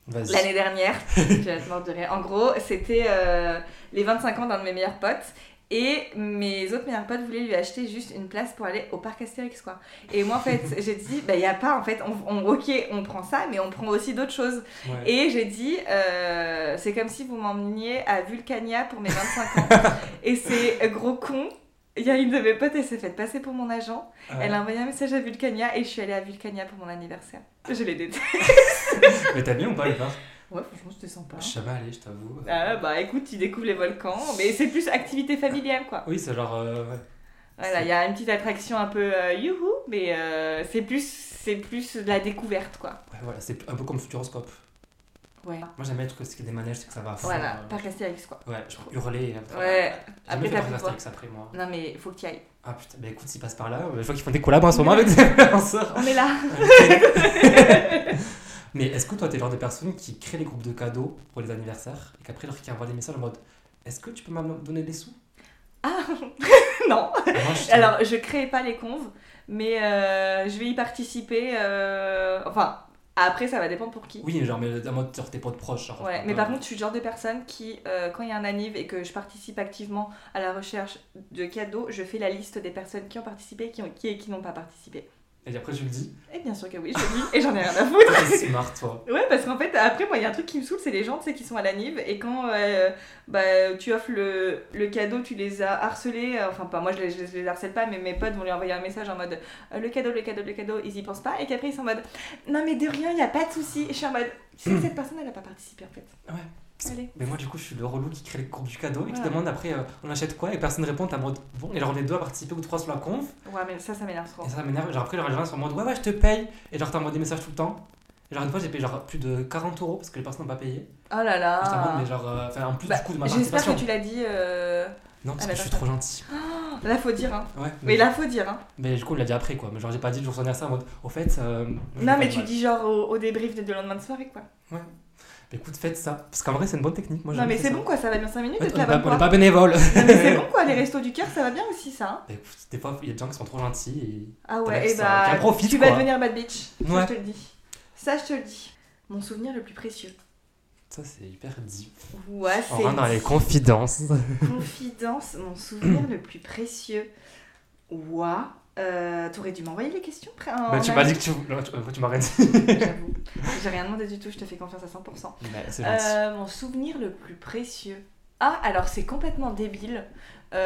A: Vas-y.
B: l'année dernière, je vais te mordre de rire. En gros, c'était euh, les 25 ans d'un de mes meilleurs potes. Et mes autres meilleurs potes voulaient lui acheter juste une place pour aller au parc Astérix, quoi. Et moi, en fait, j'ai dit, bah, il n'y a pas, en fait, on, on- ok, on prend ça, mais on prend aussi d'autres choses.
A: Ouais.
B: Et j'ai dit, euh, c'est comme si vous m'emmeniez à Vulcania pour mes 25 ans. et c'est gros con. Il y a une de mes potes, elle s'est faite passer pour mon agent.
A: Euh,
B: Elle a envoyé un message à Vulcania et je suis allée à Vulcania pour mon anniversaire. Je l'ai détestée.
A: Mais t'as bien ou pas le bar
B: Ouais, franchement, c'était sympa.
A: Je suis jamais allé, je t'avoue.
B: Ah, bah écoute, tu découvres les volcans, mais c'est plus activité familiale quoi.
A: Oui, c'est genre... euh, ouais.
B: Voilà, il y a une petite attraction un peu euh, youhou, mais euh, c'est plus, c'est plus de la découverte quoi.
A: Ouais, voilà, c'est un peu comme Futuroscope.
B: Ouais.
A: Moi j'aime bien les trucs, c'est que des manèges, c'est que ça va à fond.
B: Voilà,
A: euh,
B: parc Astérix quoi.
A: Ouais, je peux hurler. et-
B: Ouais,
A: J'ai jamais
B: après
A: fait
B: t'as
A: parc
B: pris quoi
A: d'Astérix après moi.
B: Non mais faut que tu ailles.
A: Ah putain, bah écoute, s'ils passent par là, euh, je vois qu'ils font des collabs en ce moment avec des influenceurs.
B: On est là.
A: Mais est-ce que toi, t'es le genre de personne qui crée les groupes de cadeaux pour les anniversaires et qu'après, leur qui envoie des messages en mode Est-ce que tu peux me donner des sous
B: Ah non.
A: Ah, moi, je-
B: Alors, je crée pas les conves, mais euh, je vais y participer. euh, Enfin, après, ça va dépendre pour qui.
A: Oui, mais genre, mais en mode genre, tes potes proches. Genre, euh,
B: Ouais, mais par contre, je suis le genre de personne qui, euh, quand il y a un anniv et que je participe activement à la recherche de cadeaux, je fais la liste des personnes qui ont participé, qui ont qui et qui n'ont pas participé.
A: Et après, je me dis
B: Et Eh, bien sûr que oui, je le dis, et j'en ai rien à
A: Toi,
B: foutre.
A: T'es smart, toi.
B: Ouais, parce qu'en fait, après, moi, il y a un truc qui me saoule, c'est les gens, tu sais, qui sont à la Nive, et quand euh, bah, tu offres le, le cadeau, tu les as harcelés, euh, enfin, pas moi, je les, je les- je les harcèle pas, mais mes potes vont lui envoyer un message en mode euh, le cadeau, le cadeau, le cadeau, ils y pensent pas, et qu'après, ils sont en mode non, mais de rien, il n'y a pas de souci. Et je suis en mode tu sais, cette personne, elle a pas participé, en fait.
A: Ouais.
B: Allez.
A: Mais moi, du coup, je suis le relou qui crée les groupes du cadeau et qui
B: Ouais.
A: demande après euh, On achète quoi Et personne répond, t'es en mode Bon, et genre, on est deux à participer ou trois sur la conf.
B: Ouais, mais ça, ça m'énerve trop.
A: Et ça m'énerve. Genre après, genre, les gens sont en mode ouais, ouais, je te paye. Et genre, t'envoies des messages tout le temps. Et genre, une fois, j'ai payé genre plus de 40 euros parce que les personnes n'ont pas payé.
B: Oh là
A: Et j'étais en mode,
B: là.
A: mais genre, euh, enfin, en plus
B: Bah,
A: du coup de ma
B: J'espère
A: participation.
B: que tu l'as dit. euh,
A: Non, parce
B: Ah,
A: que
B: bah,
A: je suis
B: parfait.
A: trop gentil.
B: Là, faut dire, hein.
A: Ouais.
B: Mais là, faut dire, hein.
A: mais du coup, on l'a dit après quoi. Mais genre, j'ai pas dit le jour sonner ça en mode au fait. euh, je vais
B: Non,
A: faire
B: mais
A: du
B: tu
A: mal.
B: dis genre au, au débrief de, de lendemain de soirée, quoi.
A: Mais écoute, faites ça. Parce qu'en vrai, c'est une bonne technique. Moi,
B: non,
A: j'aime
B: mais
A: faire
B: c'est
A: ça.
B: bon, quoi, ça va bien 5 minutes
A: En fait,
B: d'être
A: on est
B: là-bas,
A: pas- on
B: quoi.
A: est pas bénévole.
B: Non, mais c'est bon quoi, les restos du cœur ça va bien aussi ça. hein.
A: Bah, écoute, des fois, il y a des gens qui sont trop gentils et.
B: ah
A: T'en as
B: ouais,
A: qui
B: et
A: sont- qui en
B: bah
A: profitent,
B: tu vas
A: quoi.
B: devenir bad bitch. Ça
A: Ouais.
B: je te le dis. Ça je te le dis. Mon souvenir le plus précieux.
A: Ça, c'est hyper deep.
B: Ouais,
A: On rentre dans les
B: c'est Oh,
A: confidences.
B: confidence, mon souvenir le plus précieux. Ouah. Euh, T'aurais dû m'envoyer les questions après. en
A: bah, tu m'as dit
B: amont.
A: que tu. Non, tu- euh, tu m'as rien dit.
B: J'avoue. J'ai rien demandé du tout, je te fais confiance à 100%.
A: Bah, c'est gentil.
B: Euh, mon souvenir le plus précieux. Ah, alors c'est complètement débile.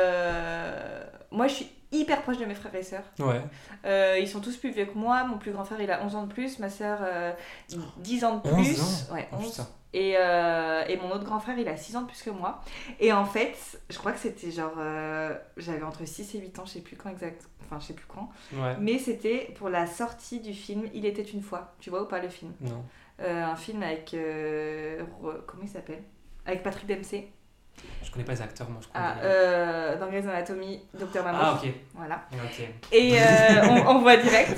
B: Euh, moi je suis hyper proche de mes frères et sœurs.
A: Ouais.
B: Euh, ils sont tous plus vieux que moi. Mon plus grand frère, il a 11 ans de plus. Ma sœur, euh, 10 ans de
A: 11
B: plus.
A: ans
B: Ouais,
A: Oh,
B: 11.
A: putain.
B: et, euh, et mon autre grand frère, il a 6 ans de plus que moi. Et en fait, je crois que c'était genre... euh, J'avais entre 6 et 8 ans, je sais plus quand exact. Enfin, je sais plus quand.
A: Ouais.
B: Mais c'était pour la sortie du film Il était une fois. Tu vois ou pas le film
A: Non.
B: Euh, Un film avec... euh, re- comment il s'appelle Avec Patrick Dempsey.
A: Je connais pas les acteurs, moi je connais.
B: Ah, euh, dans Grey's Anatomy, Docteur Maman.
A: Ah, ok.
B: Voilà.
A: Ok.
B: Et euh, on, on voit direct.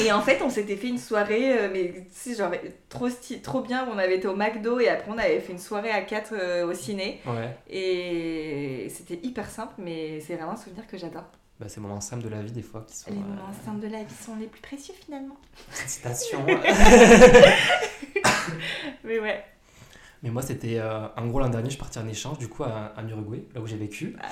B: Et en fait, on s'était fait une soirée, euh, mais tu sais, genre trop, sty- trop bien, où on avait été au McDo et après on avait fait une soirée à 4 au ciné.
A: Ouais.
B: Et c'était hyper simple, mais c'est vraiment un souvenir que j'adore.
A: Bah, c'est les moments simples de la vie, des fois, qui sont.
B: Les
A: euh,
B: moments simples de la vie sont les plus précieux finalement.
A: petites citations.
B: Mais ouais,
A: Mais moi, c'était. euh, en gros, l'an dernier, je suis parti en échange, du coup, à- en Uruguay, là où j'ai vécu.
B: Ah.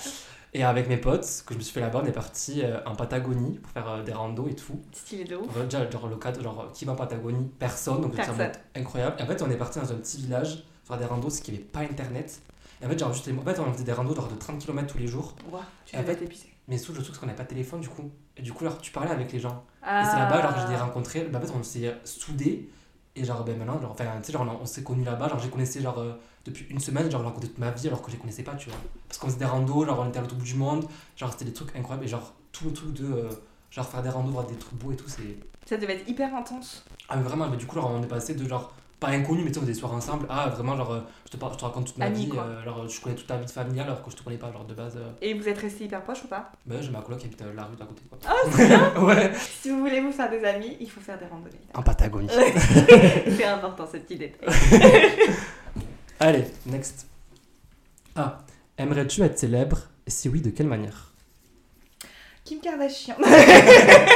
A: Et avec mes potes, que je me suis fait là-bas, on est parti euh, en Patagonie pour faire euh, des randos et tout.
B: stylé de ouf.
A: Genre, déjà, genre, le cadre, genre, qui va en Patagonie Personne. Donc, ça
B: Personne.
A: incroyable. Et en fait, on est parti dans un petit village faire des randos, ce qui avait pas internet. Et en fait, genre, juste les- en fait, on faisait des randos genre, de 30 km tous les jours.
B: Ouah, tu
A: Et en
B: vas
A: fait-
B: t'épuiser.
A: Mais sous le truc, c'est qu'on n'avait pas de téléphone, du coup. Et du coup, alors, tu parlais avec les gens.
B: Ah.
A: Et c'est là-bas, genre, que je les ai rencontrés. Bah, en fait, on s'est soudés. Et genre, ben maintenant, genre, enfin, tu sais, genre, on on s'est connus là-bas. Genre, j'ai connaissais, genre, euh, depuis une semaine, genre, j'ai rencontré toute ma vie, alors que je les connaissais pas, tu vois. Parce qu'on faisait des randos, genre, on était à l'autre bout du monde. Genre, c'était des trucs incroyables. Et genre, tout le truc de, euh, genre, faire des randos, voir des trucs beaux et tout, c'est.
B: Ça devait être hyper intense.
A: Ah, mais vraiment, mais du coup, genre, on est passé de, genre, pas inconnu, mais tu sais, on faisait des soirs ensemble. Ah, vraiment, genre, euh, je te, par- je te raconte toute ma
B: Amis,
A: vie.
B: quoi.
A: euh, genre, je connais toute ta vie de familiale, alors que je te connais pas, genre, de base. euh,
B: Et vous êtes restés hyper proches ou pas
A: bah, j'ai ma coloc qui habite euh, la rue d'à côté, quoi.
B: Ah, c'est bien
A: ouais.
B: Si vous voulez vous faire des amis, il faut faire des randonnées.
A: En Patagonie.
B: c'est important ce petit détail.
A: Allez, next. Ah, aimerais-tu être célèbre Et Si oui, de quelle manière
B: Kim Kardashian.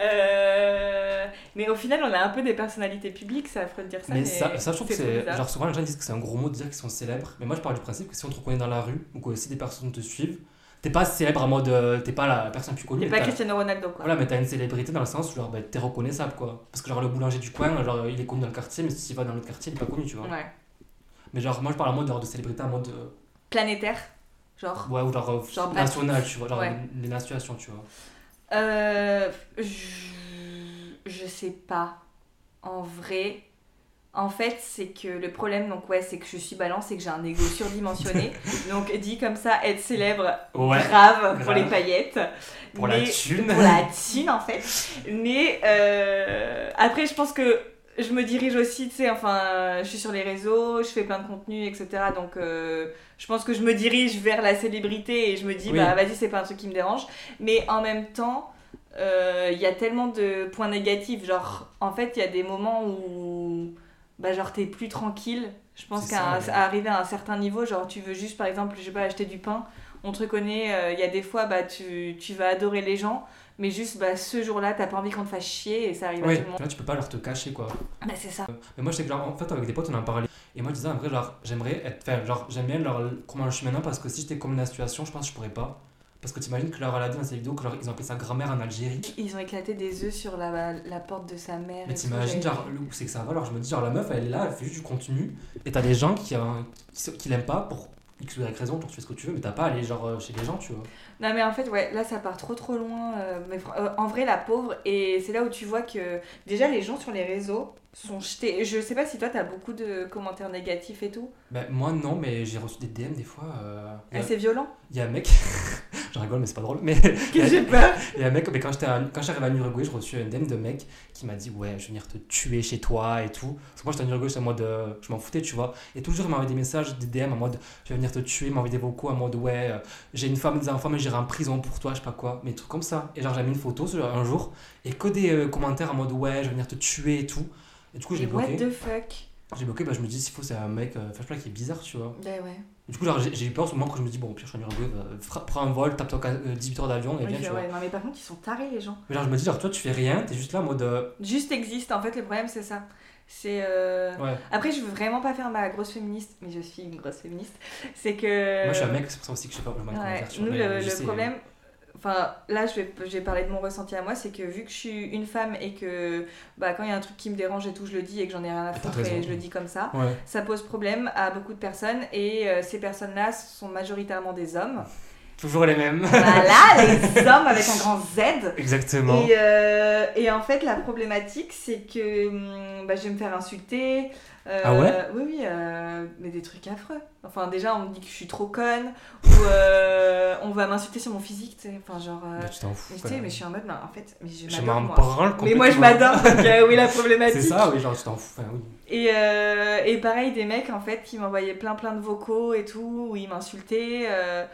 B: Euh, mais au final, on a un peu des personnalités publiques, ça affreux de dire ça.
A: Mais ça, ça, je trouve que
B: trop
A: c'est.
B: bizarre.
A: Genre, souvent, les gens disent que c'est un gros mot de dire qu'ils sont célèbres. Mais moi, je parle du principe que si on te reconnaît dans la rue, ou que si des personnes te suivent, t'es pas célèbre en mode. euh, T'es pas la personne plus connue.
B: T'es
A: mais
B: pas
A: t'as-
B: Cristiano Ronaldo, quoi.
A: Voilà, mais t'as une célébrité dans le sens où, genre, bah, t'es reconnaissable, quoi. Parce que, genre, le boulanger du coin, genre, il est connu dans le quartier, mais s'il va dans l'autre quartier, il est pas connu, tu vois.
B: Ouais.
A: Mais, genre, moi, je parle en mode genre, de célébrité, en mode. euh,
B: Planétaire, genre.
A: ouais, ou genre, euh,
B: Genre,
A: national, tu vois. Genre,
B: ouais.
A: des nations, tu vois.
B: Euh, je... je sais pas. En vrai, en fait, c'est que le problème, donc ouais, c'est que je suis balance et que j'ai un ego surdimensionné. donc dit comme ça, être célèbre,
A: Ouais,
B: grave, pour
A: grave.
B: les paillettes.
A: pour la
B: Mais-
A: thune.
B: pour la thune en fait. Mais euh, après, je pense que je me dirige aussi, tu sais, enfin, je suis sur les réseaux, je fais plein de contenu, etc. Donc, euh, je pense que je me dirige vers la célébrité et je me dis,
A: Oui.
B: bah, vas-y, c'est pas un truc qui me dérange. Mais en même temps, euh, il y a tellement de points négatifs. Genre, en fait, il y a des moments où, bah, genre, t'es plus tranquille. Je pense
A: C'est
B: qu'à
A: ça,
B: un-
A: ouais.
B: à arriver à un certain niveau, genre, tu veux juste, par exemple, je sais pas, acheter du pain. On te reconnaît, euh, il y a des fois, bah, tu, tu vas adorer les gens, mais juste, bah, ce jour-là, t'as pas envie qu'on te fasse chier et ça arrive à
A: Ouais,
B: tout le monde.
A: là tu peux pas leur te cacher quoi.
B: Bah, c'est ça.
A: Mais moi, je sais que genre, en fait, avec des potes, on en parlait. Et moi, je disais, en vrai, genre, j'aimerais être. Enfin, genre, j'aime bien leur, comment je suis maintenant parce que si j'étais comme la situation, je pense que je pourrais pas. Parce que t'imagines que leur, elle a dit dans ses vidéos que leur, ils ont appelé sa grand-mère en Algérie.
B: Ils ont éclaté des œufs sur la, bah, la porte de sa mère.
A: Mais
B: et tout,
A: t'imagines,
B: j'ai-
A: genre, le- où c'est que ça va Alors, je me dis, genre, la meuf, elle est là, elle fait juste du contenu. Et t'as des gens qui, euh, qui, qui l'aiment pas pour X ou Y raison, donc tu fais ce que tu veux, mais t'as pas à aller, genre, euh, chez les gens, tu vois.
B: Non, mais en fait, ouais, là, ça part trop trop loin. euh, mais fr- euh, en vrai, la pauvre. Et c'est là où tu vois que déjà, les gens sur les réseaux sont jetés. Je sais pas si toi, t'as beaucoup de commentaires négatifs et tout.
A: Ben, moi, non, mais j'ai reçu des DM des fois. euh, Il y, a-
B: Assez violent.
A: il y a un mec. je rigole, mais c'est pas drôle. Mais
B: Que j'ai peur.
A: Et un mec, mais quand j'étais à- quand j'arrivais à l'Uruguay, je reçus un DM de mec qui m'a dit Ouais, je vais venir te tuer chez toi et tout. Parce que moi, j'étais en Uruguay, j'étais en mode euh, Je m'en foutais, tu vois. Et toujours, il m'envoyait des messages, des DM en mode Je vais venir te tuer, il m'envoyait des vocaux en mode Ouais, euh, j'ai une femme, des enfants, mais j'irai en prison pour toi, je sais pas quoi. Mais des trucs comme ça. Et genre, j'ai mis une photo ce- un jour et que des euh, commentaires en mode Ouais, je vais venir te tuer et tout. Et du coup, j'ai
B: Et what
A: bloqué.
B: the fuck
A: J'ai bloqué, bah, je me dis S'il faut, c'est un mec, euh, enfin, je sais pas, qui est bizarre, tu vois.
B: Ouais, Ben ouais.
A: Et du coup, genre, j'ai j'ai eu peur ce moment quand je me dis Bon, au pire, je suis en Uruguay, bah, fra- prends un vol, tape-toi euh, 18 heures d'avion et
B: Ouais,
A: viens, tu
B: je-
A: vois.
B: ouais, Non, mais par contre, ils sont tarés, les gens.
A: Mais genre, je me dis, genre, toi, tu fais rien, t'es juste là en mode. euh,
B: Juste existe, en fait, le problème, c'est ça. C'est. euh,
A: ouais.
B: Après, je veux vraiment pas faire ma grosse féministe, mais je suis une grosse féministe. C'est que.
A: Moi, je suis un mec, c'est pour ça aussi que je sais pas vraiment
B: Euh, Ouais,
A: comment faire.
B: nous, le, le problème, enfin là, je vais, je vais parler de mon ressenti à moi, c'est que vu que je suis une femme et que bah, quand il y a un truc qui me dérange et tout, je le dis et que j'en ai rien à
A: T'as
B: foutre
A: raison.
B: et je le dis comme ça,
A: Ouais.
B: ça pose problème à beaucoup de personnes et euh, ces personnes-là sont majoritairement des hommes.
A: Toujours les mêmes.
B: voilà, les hommes avec un grand Z.
A: Exactement.
B: Et, euh, et en fait, la problématique, c'est que hum, bah, je vais me faire insulter. euh,
A: Ah ouais
B: Oui, oui, euh, mais des trucs affreux. Enfin, déjà, on me dit que je suis trop conne, ou euh, on va m'insulter sur mon physique, tu sais. Enfin, genre. euh,
A: Bah, tu t'en fous.
B: mais tu
A: quoi.
B: sais, mais je suis en mode, bah, en fait, mais je
A: Je
B: m'adore.
A: m'en
B: moi.
A: branle
B: Mais moi, je
A: complètement.
B: m'adore, donc euh, oui, la problématique.
A: C'est ça, oui, genre, tu t'en fous. Enfin, oui.
B: Et, euh, et pareil, des mecs en fait qui m'envoyaient plein plein de vocaux et tout, où ils m'insultaient. euh,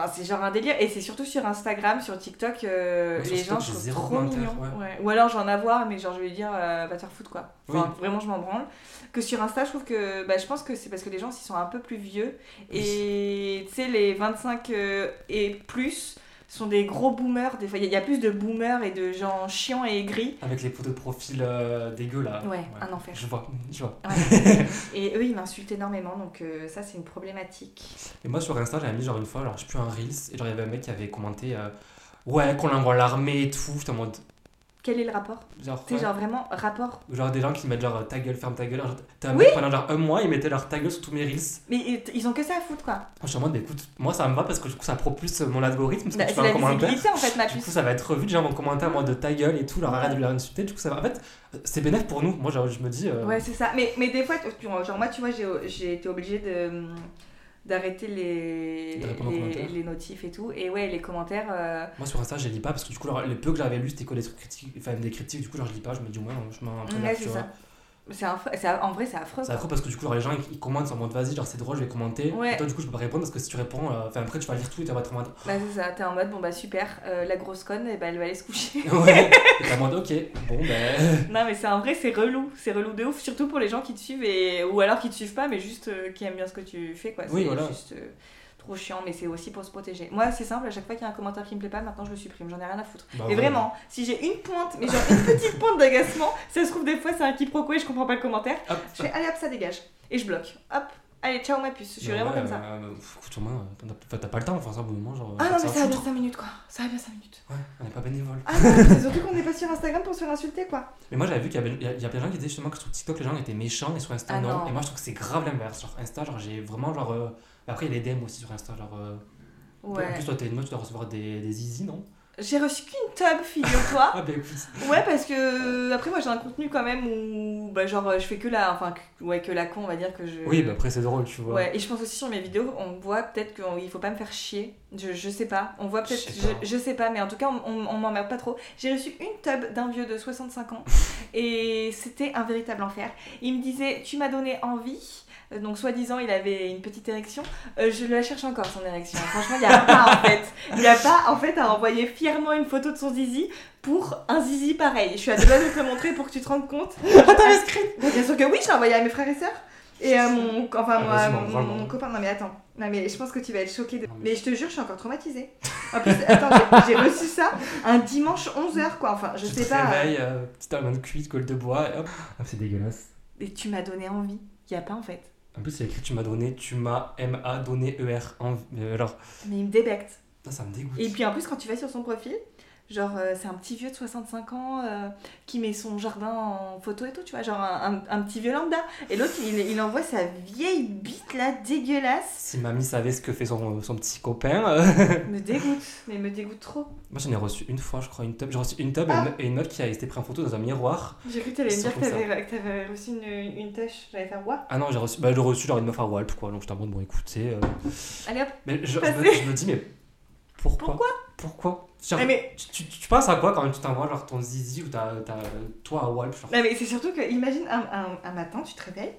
B: Enfin, c'est genre un délire. Et c'est surtout sur Instagram, sur TikTok, euh,
A: Ouais, sur
B: les
A: TikTok,
B: gens,
A: j'ai
B: je trouve
A: zéro
B: trop
A: commentaire,
B: mignons.
A: ouais.
B: Ouais. Ou alors j'en avoir, mais genre je vais lui dire, euh, va te faire foutre quoi. Enfin,
A: Oui.
B: Vraiment, je m'en branle. Que sur Insta, je trouve que. Bah, je pense que c'est parce que les gens s'y sont un peu plus vieux. Et tu sais, les 25 euh, et plus sont des gros boomers. Des fois, il y, a- il y a plus de boomers et de gens chiants et aigris.
A: Avec les photos de profil euh, dégueu là.
B: Ouais, un enfer.
A: Je vois, je vois.
B: Ouais. et eux, ils m'insultent énormément, donc euh, ça, c'est une problématique.
A: Et moi, sur Insta, j'avais mis genre une fois, genre, je sais plus, un Reels, et genre, il y avait un mec qui avait commenté euh, Ouais, qu'on l'envoie à l'armée et tout. J'étais en mode.
B: Quel est le rapport
A: Genre,
B: Tu
A: ouais.
B: sais, genre vraiment, rapport.
A: Genre, des gens qui mettent genre ta gueule, ferme ta gueule. Genre, T'as un mec pendant genre un mois, il mettait leur ta gueule sur tous mes Reels.
B: Mais ils- ils ont que ça à foutre, quoi.
A: Moi, Je suis en mode, bah, écoute, moi ça me va parce que du coup ça propulse mon algorithme, parce que
B: Bah,
A: tu
B: C'est
A: fais un
B: la
A: commentaire.
B: visibilité, en fait, ma
A: Du coup
B: puce.
A: ça va être revu, les gens vont commenter à moi de ta gueule et tout, leur arrête de leur insulter. Du coup ça va. En fait, c'est bénéf pour nous. Moi genre, je me dis, euh,
B: Ouais, c'est ça. Mais, mais des fois, tu- genre moi, tu vois, j'ai- j'ai été obligée de hum, d'arrêter les,
A: De répondre aux
B: les,
A: commentaires.
B: les notifs et tout. Et ouais, les commentaires... euh,
A: moi sur Insta je les lis pas parce que du coup leur- les peu que j'avais lu c'était que des trucs critiques, enfin des critiques, du coup genre je lis pas, je me dis, ouais, non, je m'en
B: ouais,
A: préserve, tu
B: c'est
A: vois.
B: ça. C'est affreux- c'est- En vrai, c'est affreux.
A: C'est
B: quoi.
A: affreux parce que du coup genre, les gens ils- ils commentent en mode vas-y, genre c'est drôle, je vais commenter.
B: Ouais.
A: Et toi du coup je peux pas répondre parce que si tu réponds, euh, enfin après tu vas lire tout et tu vas être en mode.
B: Bah, c'est ça. T'es en mode, bon, bah super, euh, la grosse conne, eh ben, elle va aller se coucher.
A: ouais. Et t'es en mode, ok, bon ben.
B: Non mais c'est en vrai c'est relou, c'est relou de ouf, surtout pour les gens qui te suivent et ou alors qui te suivent pas mais juste euh, qui aiment bien ce que tu fais quoi.
A: Oui,
B: c'est
A: voilà.
B: juste euh, trop chiant mais c'est aussi pour se protéger. Moi c'est simple, à chaque fois qu'il y a un commentaire qui me plaît pas, maintenant je le supprime, j'en ai rien à foutre.
A: Bah,
B: mais
A: ouais.
B: vraiment, si j'ai une pointe, mais genre une petite pointe d'agacement, ça se trouve des fois c'est un quiproquo et je comprends pas le commentaire,
A: Hop.
B: je fais allez hop ça dégage et je bloque. Hop, allez ciao ma puce, je suis
A: Mais
B: vraiment
A: ouais,
B: comme ça.
A: euh, bah, écoute, au moins, euh, t'as- t'as pas le temps, enfin, ça, au bout d'un moment, genre.
B: Ah non
A: t'en
B: mais ça va
A: fous,
B: bien 5 minutes quoi, ça va bien 5 minutes.
A: Ouais, on n'est pas bénévole.
B: Ah non, c'est surtout qu'on n'est pas sur Instagram pour se faire insulter quoi.
A: Mais moi j'avais vu qu'il y avait il y a- il y a plein de gens qui disaient justement que sur TikTok les gens étaient méchants et sur Insta
B: Ah
A: non.
B: non.
A: Et moi je trouve que c'est grave l'inverse. Genre Insta, genre j'ai vraiment genre. euh, Après il y a les DM aussi sur Insta. Genre, euh, En
B: Ouais.
A: plus toi t'es une meuf, tu dois recevoir des, des easy non
B: J'ai reçu qu'une tub, figure-toi.
A: Ah, bah écoute.
B: Ouais, parce que euh, après, moi j'ai un contenu quand même où, bah, genre, euh, je fais que la, enfin, que- ouais, que la con, on va dire que je.
A: Oui, bah après, c'est drôle, tu vois.
B: Ouais, et je pense aussi sur mes vidéos, on voit peut-être qu'il faut pas me faire chier. Je, je sais pas. On voit peut-être.
A: Je sais pas.
B: Je, je sais pas, mais en tout cas, on, on, on m'emmerde pas trop. J'ai reçu une tub d'un vieux de 65 ans et c'était un véritable enfer. Il me disait Tu m'as donné envie. Euh, Donc, soi-disant, il avait une petite érection. Euh, je la cherche encore, son érection. Franchement, il n'y a pas en fait. Il n'y a pas en fait à envoyer fièrement une photo de son zizi pour un zizi pareil. Je suis à deux doigts de te le montrer pour que tu te rendes compte.
A: t'avais inscrit
B: Mais bien sûr que oui, je l'ai envoyé à mes frères et sœurs. Et à mon, enfin,
A: Ah,
B: moi,
A: vas-y,
B: mon,
A: non, vraiment.
B: mon copain. Non, mais attends. Non, mais je pense que tu vas être choquée. De...
A: Non, mais-
B: Mais je te jure, je suis encore traumatisée. En plus, attends, j'ai j'ai reçu ça un dimanche 11h, quoi. Enfin, je
A: Tu
B: sais
A: te
B: pas.
A: réveilles, euh, petite amande cuite, colle de bois, et hop. Ah, c'est dégueulasse.
B: Et tu m'as donné envie. Y a pas, en fait.
A: En plus, il y a écrit tu m'as donné, tu m'as, M-A, donné, E-R. en- euh, Alors,
B: Mais il me débecte.
A: ça, ça me dégoûte.
B: Et puis, en plus, quand tu vas sur son profil, genre, euh, c'est un petit vieux de 65 ans euh, qui met son jardin en photo et tout, tu vois. Genre, un, un- un petit vieux lambda. Et l'autre, il, il envoie sa vieille bite, là, dégueulasse.
A: Si mamie savait ce que fait son, son petit copain. euh,
B: Me dégoûte. Mais me dégoûte trop.
A: Moi, j'en ai reçu une fois, je crois, une tub. J'ai reçu une tub et
B: Ah.
A: une me- et une meuf qui a été prise en photo dans un miroir.
B: J'ai cru que t'allais
A: Ils
B: me dire
A: sont
B: que
A: comme
B: t'avais que t'avais reçu une, une tâche, j'allais faire ouah.
A: Ah non, j'ai reçu, bah, j'ai reçu genre une meuf à Walp, quoi. Donc j'étais en mode, bon, écoutez. euh,
B: Allez hop.
A: Mais je, je me,
B: Passez.
A: je me dis, mais pourquoi
B: Pourquoi
A: Pourquoi Genre,
B: Ah, mais,
A: tu, tu, tu penses à quoi quand tu t'envoies genre ton zizi ou ta, ta, toi à Walp genre,
B: non, mais c'est surtout que, imagine un, un- un matin, tu te réveilles.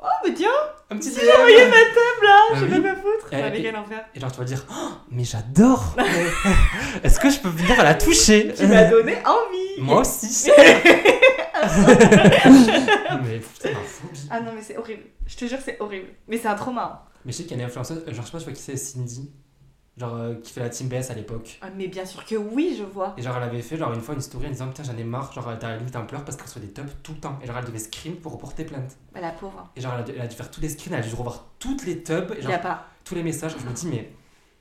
B: Oh, mais tiens,
A: Un petit
B: J'ai
A: zizi
B: envoyé ma table là,
A: Bah
B: je vais
A: Ah oui.
B: pas foutre.
A: Eh,
B: Enfin, mais
A: et-
B: quel enfer.
A: Et genre, tu vas dire, Oh, mais j'adore Est-ce que je peux venir la toucher
B: Tu m'as donné envie.
A: Moi aussi Mais putain, ma phobie.
B: Ah non, mais c'est horrible. Je te jure, c'est horrible. Mais c'est un trauma. hein.
A: Mais je sais qu'il y a une influenceuse, euh, genre, je sais pas, tu vois qui c'est, Cindy. Genre, euh, qui fait la Team BS à l'époque.
B: Ah, mais bien sûr que oui, je vois.
A: Et genre, elle avait fait genre une fois une story en disant Putain, j'en ai marre, genre, elle était à la limite en pleurs parce qu'elle reçoit des tubs tout le temps. Et genre, elle devait scream pour porter plainte.
B: Bah, la pauvre. hein.
A: Et genre, elle a dû, elle a dû faire tous les screens, elle a dû revoir toutes les tubs, et
B: Il
A: genre,
B: y a pas.
A: tous les messages. Je me dis, mais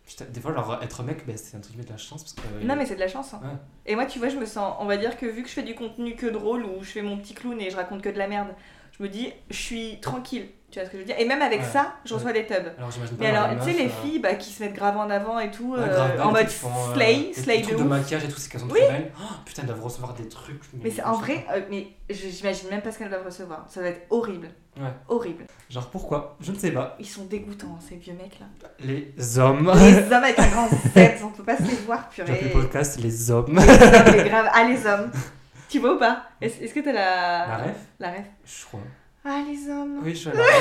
A: putain, des fois, genre, être mec, ben, c'est un truc de la chance parce que. euh,
B: Non, mais c'est de la chance. hein.
A: Ouais.
B: Et moi, tu vois, je me sens. On va dire que vu que je fais du contenu que drôle ou je fais mon petit clown et je raconte que de la merde, je me dis, je suis tranquille. Tu vois ce que je veux dire Et même avec
A: Ouais. ça,
B: ça,
A: je
B: je
A: Ouais.
B: reçois des tubs.
A: Alors, j'imagine pas.
B: Mais
A: genre,
B: alors, tu sais, les
A: meufs, euh,
B: filles bah, qui se mettent grave en avant et tout,
A: ouais,
B: euh,
A: grave belles,
B: en mode
A: qui font, euh,
B: slay,
A: des-
B: slay
A: des
B: de
A: trucs de
B: ouf.
A: maquillage et tout, c'est qu'elles sont trop belles. Oh, putain, elles doivent recevoir des trucs.
B: Mais c'est en vrai, euh, mais je- j'imagine même pas ce qu'elles doivent recevoir. Ça doit être horrible.
A: Ouais.
B: Horrible.
A: Genre, pourquoi Je ne sais pas.
B: Ils sont dégoûtants, hein, ces vieux mecs là.
A: Les hommes.
B: Les hommes avec un grand Z, on peut pas se les voir,
A: J'appelle le
B: purée.
A: podcast les hommes.
B: C'est grave. Ah, les hommes. Tu vois ou pas Est-ce est-ce que t'as la.
A: La ref
B: La ref.
A: Je crois.
B: Ah, les hommes.
A: Oui, je suis là.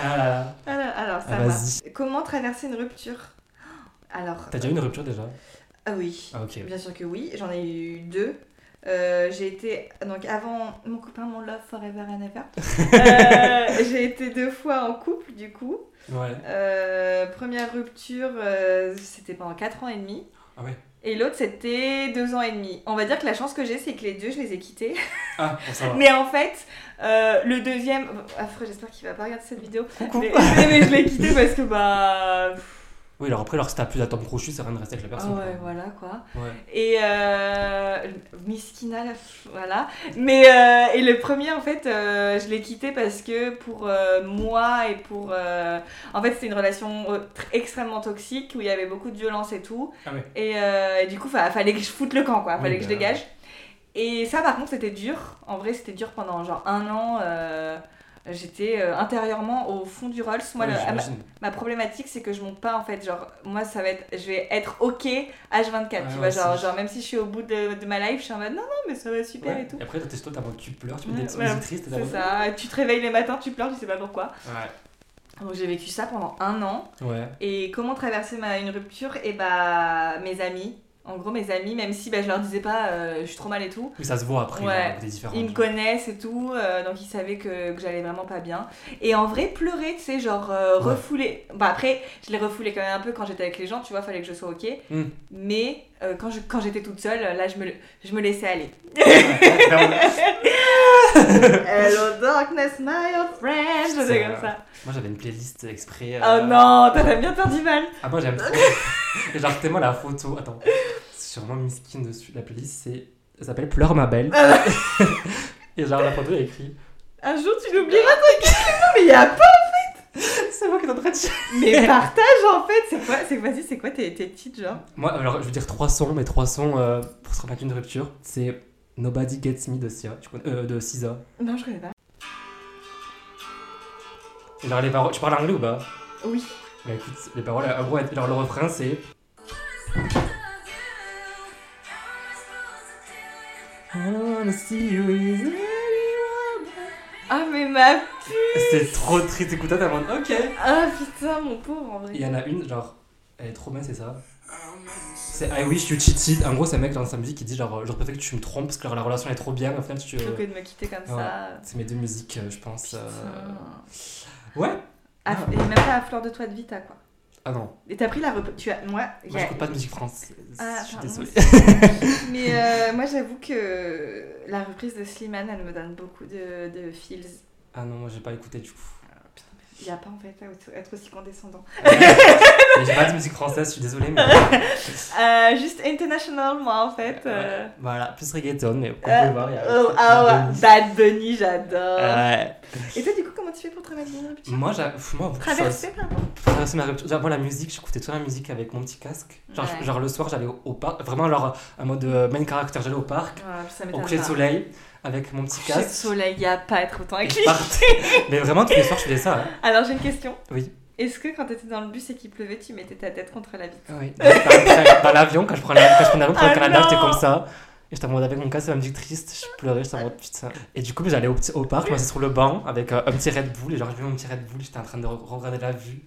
A: ah là là.
B: Alors, alors, ça
A: Ah, vas-y.
B: va. Comment traverser une rupture Alors,
A: T'as déjà eu une rupture déjà
B: ah oui,
A: Ah, ok.
B: bien sûr que oui, j'en ai eu deux. Euh, j'ai été, donc avant mon copain, mon love forever and ever, Euh, j'ai été deux fois en couple du coup.
A: Ouais.
B: Euh, première rupture, euh, c'était pendant 4 ans et demi.
A: Ah ouais.
B: Et l'autre, c'était 2 ans et demi. On va dire que la chance que j'ai, c'est que les deux, je les ai quittés.
A: Ah, bon, ça va.
B: Mais en fait, euh, le deuxième, affreux, j'espère qu'il va pas regarder cette vidéo.
A: Coucou.
B: Mais, mais je l'ai quitté parce que bah
A: Oui, alors après, alors, si t'as plus d'attendre crochu, c'est rien de rester avec la
B: Ah
A: personne.
B: ouais,
A: quoi.
B: voilà quoi.
A: Ouais.
B: Et euh, Miskina, là, pff, voilà. Mais euh, et le premier, en fait, euh, je l'ai quitté parce que pour euh, moi et pour. euh, en fait, c'était une relation euh, tr- extrêmement toxique où il y avait beaucoup de violence et tout.
A: Ah ouais.
B: Et, euh, et du coup, fa- fallait que je foute le camp, quoi.
A: Oui,
B: Fallait que je
A: bah.
B: dégage. Et ça, par contre, c'était dur. En vrai, c'était dur pendant genre un an. euh, J'étais euh, intérieurement au fond du Rolls. Moi,
A: Ouais,
B: le- à ma-
A: j'imagine.
B: Ma problématique, c'est que je monte pas en fait. Genre, moi, ça va être. Je vais être OK H24.
A: Ouais,
B: tu
A: ouais,
B: vois, genre,
A: c'est-
B: genre, même si je suis au bout de, de ma life, je suis en mode non, non, mais ça va super
A: Ouais.
B: et tout.
A: Et après, t'as tes toi, t'as tu pleures, tu fais
B: Ouais,
A: des petites
B: ouais,
A: musiques tristes, t'as
B: C'est ça. Tu te réveilles les matins, tu pleures, tu sais pas pourquoi.
A: Ouais.
B: Donc, j'ai vécu ça pendant un an.
A: Ouais.
B: Et comment traverser ma, une rupture Et bah, mes amis. En gros, mes amis, même si bah, je leur disais pas euh, je suis trop mal et tout,
A: Oui, ça se voit après, hein,
B: Ouais.
A: genre, t'es différent.
B: ils me connaissent et tout, euh, donc ils savaient que, que j'allais vraiment pas bien. Et en vrai, pleurer, tu sais, genre euh,
A: Ouais.
B: refouler. Bah après, je les refoulais quand même un peu quand j'étais avec les gens, tu vois, fallait que je sois ok.
A: Mm.
B: Mais euh, quand je- quand j'étais toute seule, là, je me, je me laissais aller.
A: Moi,
B: Hello darkness, my old friend, je faisais
A: Ça-
B: comme ça.
A: j'avais une playlist exprès.
B: Oh
A: euh,
B: non, t'as bien faire du mal.
A: Ah, moi, j'aime trop. Et genre, tellement la photo. Attends, c'est sûrement Miskin dessus. La playlist, c'est. Elle s'appelle Pleure ma belle. Et genre, la photo, elle écrit
B: Un jour, tu l'oublieras, t'inquiète. Non, mais y a pas.
A: C'est moi qui est en train de
B: Mais partage en fait, c'est quoi c'est, Vas-y, c'est quoi tes, tes titres genre
A: Moi, alors, je veux dire trois sons, mais trois sons euh, pour se remettre une rupture. C'est Nobody Gets Me de Sia, tu connais- euh, de SZA.
B: Non, je connais pas.
A: Et alors, les paroles, tu parles anglais ou pas
B: Oui.
A: Bah écoute, les paroles, en gros, elles- alors le refrain c'est. I wanna see you with anyone.
B: Ah, mais ma.
A: C'est trop triste, écoute, t'as demandé, ok.
B: Ah, putain, mon pauvre en vrai.
A: Il y en a une, genre, elle est trop bien, c'est ça. C'est I wish you cheated. En gros, c'est un mec dans sa musique qui dit, genre, je préfère que tu me trompes parce que la relation est trop bien, au final, tu.
B: Plutôt que de me quitter comme ça.
A: C'est mes deux musiques, euh, je pense. euh,
B: Putain.
A: Ouais
B: À-
A: Ah.
B: Et même pas à fleur de toi de Vita quoi.
A: Ah non, moi
B: Et t'as pris la rep... tu as moi, j'ai-
A: j'écoute pas de musique française.
B: Ah,
A: je suis
B: pardon.
A: désolée.
B: mais euh, moi j'avoue que la reprise de Slimane elle me donne beaucoup de, de feels.
A: Ah non, moi j'ai pas écouté du coup.
B: Il y a pas en fait à être- être aussi condescendant.
A: Mais j'ai pas de musique française, je suis désolée, mais.
B: Euh, juste international moi en fait. euh,
A: Ouais. Voilà, plus reggaeton, mais on peut
B: euh,
A: voir. il y a-
B: oh, ah ouais, Bad Bunny j'adore.
A: Ouais.
B: Et toi du coup comment tu fais pour traverser une rupture
A: Euh, Moi, j'ai. pff, Moi, beaucoup de choses.
B: Traverser plein
A: Traverser ma rupture. Genre, moi, la musique, j'écoutais toute la musique avec mon petit casque. Genre,
B: Ouais.
A: genre le soir, j'allais au, au parc. Vraiment, genre, en mode euh, main caractère, j'allais au parc,
B: ouais, ça
A: au
B: m'étonne
A: coucher de
B: pas.
A: soleil, avec mon petit
B: Coucher de
A: casque.
B: soleil, y a pas à être autant
A: et je
B: avec lui.
A: partais. mais vraiment, tous les soirs, je faisais ça. hein.
B: Alors j'ai une question.
A: Oui.
B: Est-ce que quand t'étais dans le bus et qu'il pleuvait, tu mettais ta tête contre la vitre
A: Oui. Dans, dans- dans l'avion, quand je prenais quand je prenais l'avion pour le
B: Ah
A: Canada,
B: non.
A: j'étais comme ça. Et j'étais en mode avec mon casque, la musique triste, je pleurais, j'étais en mode putain. Et du coup, ben, j'allais au, petit- au parc, je m'asseyais sur le banc avec euh, un petit Red Bull, et genre j'ai vu mon petit Red Bull, j'étais en train de re- regarder la vue.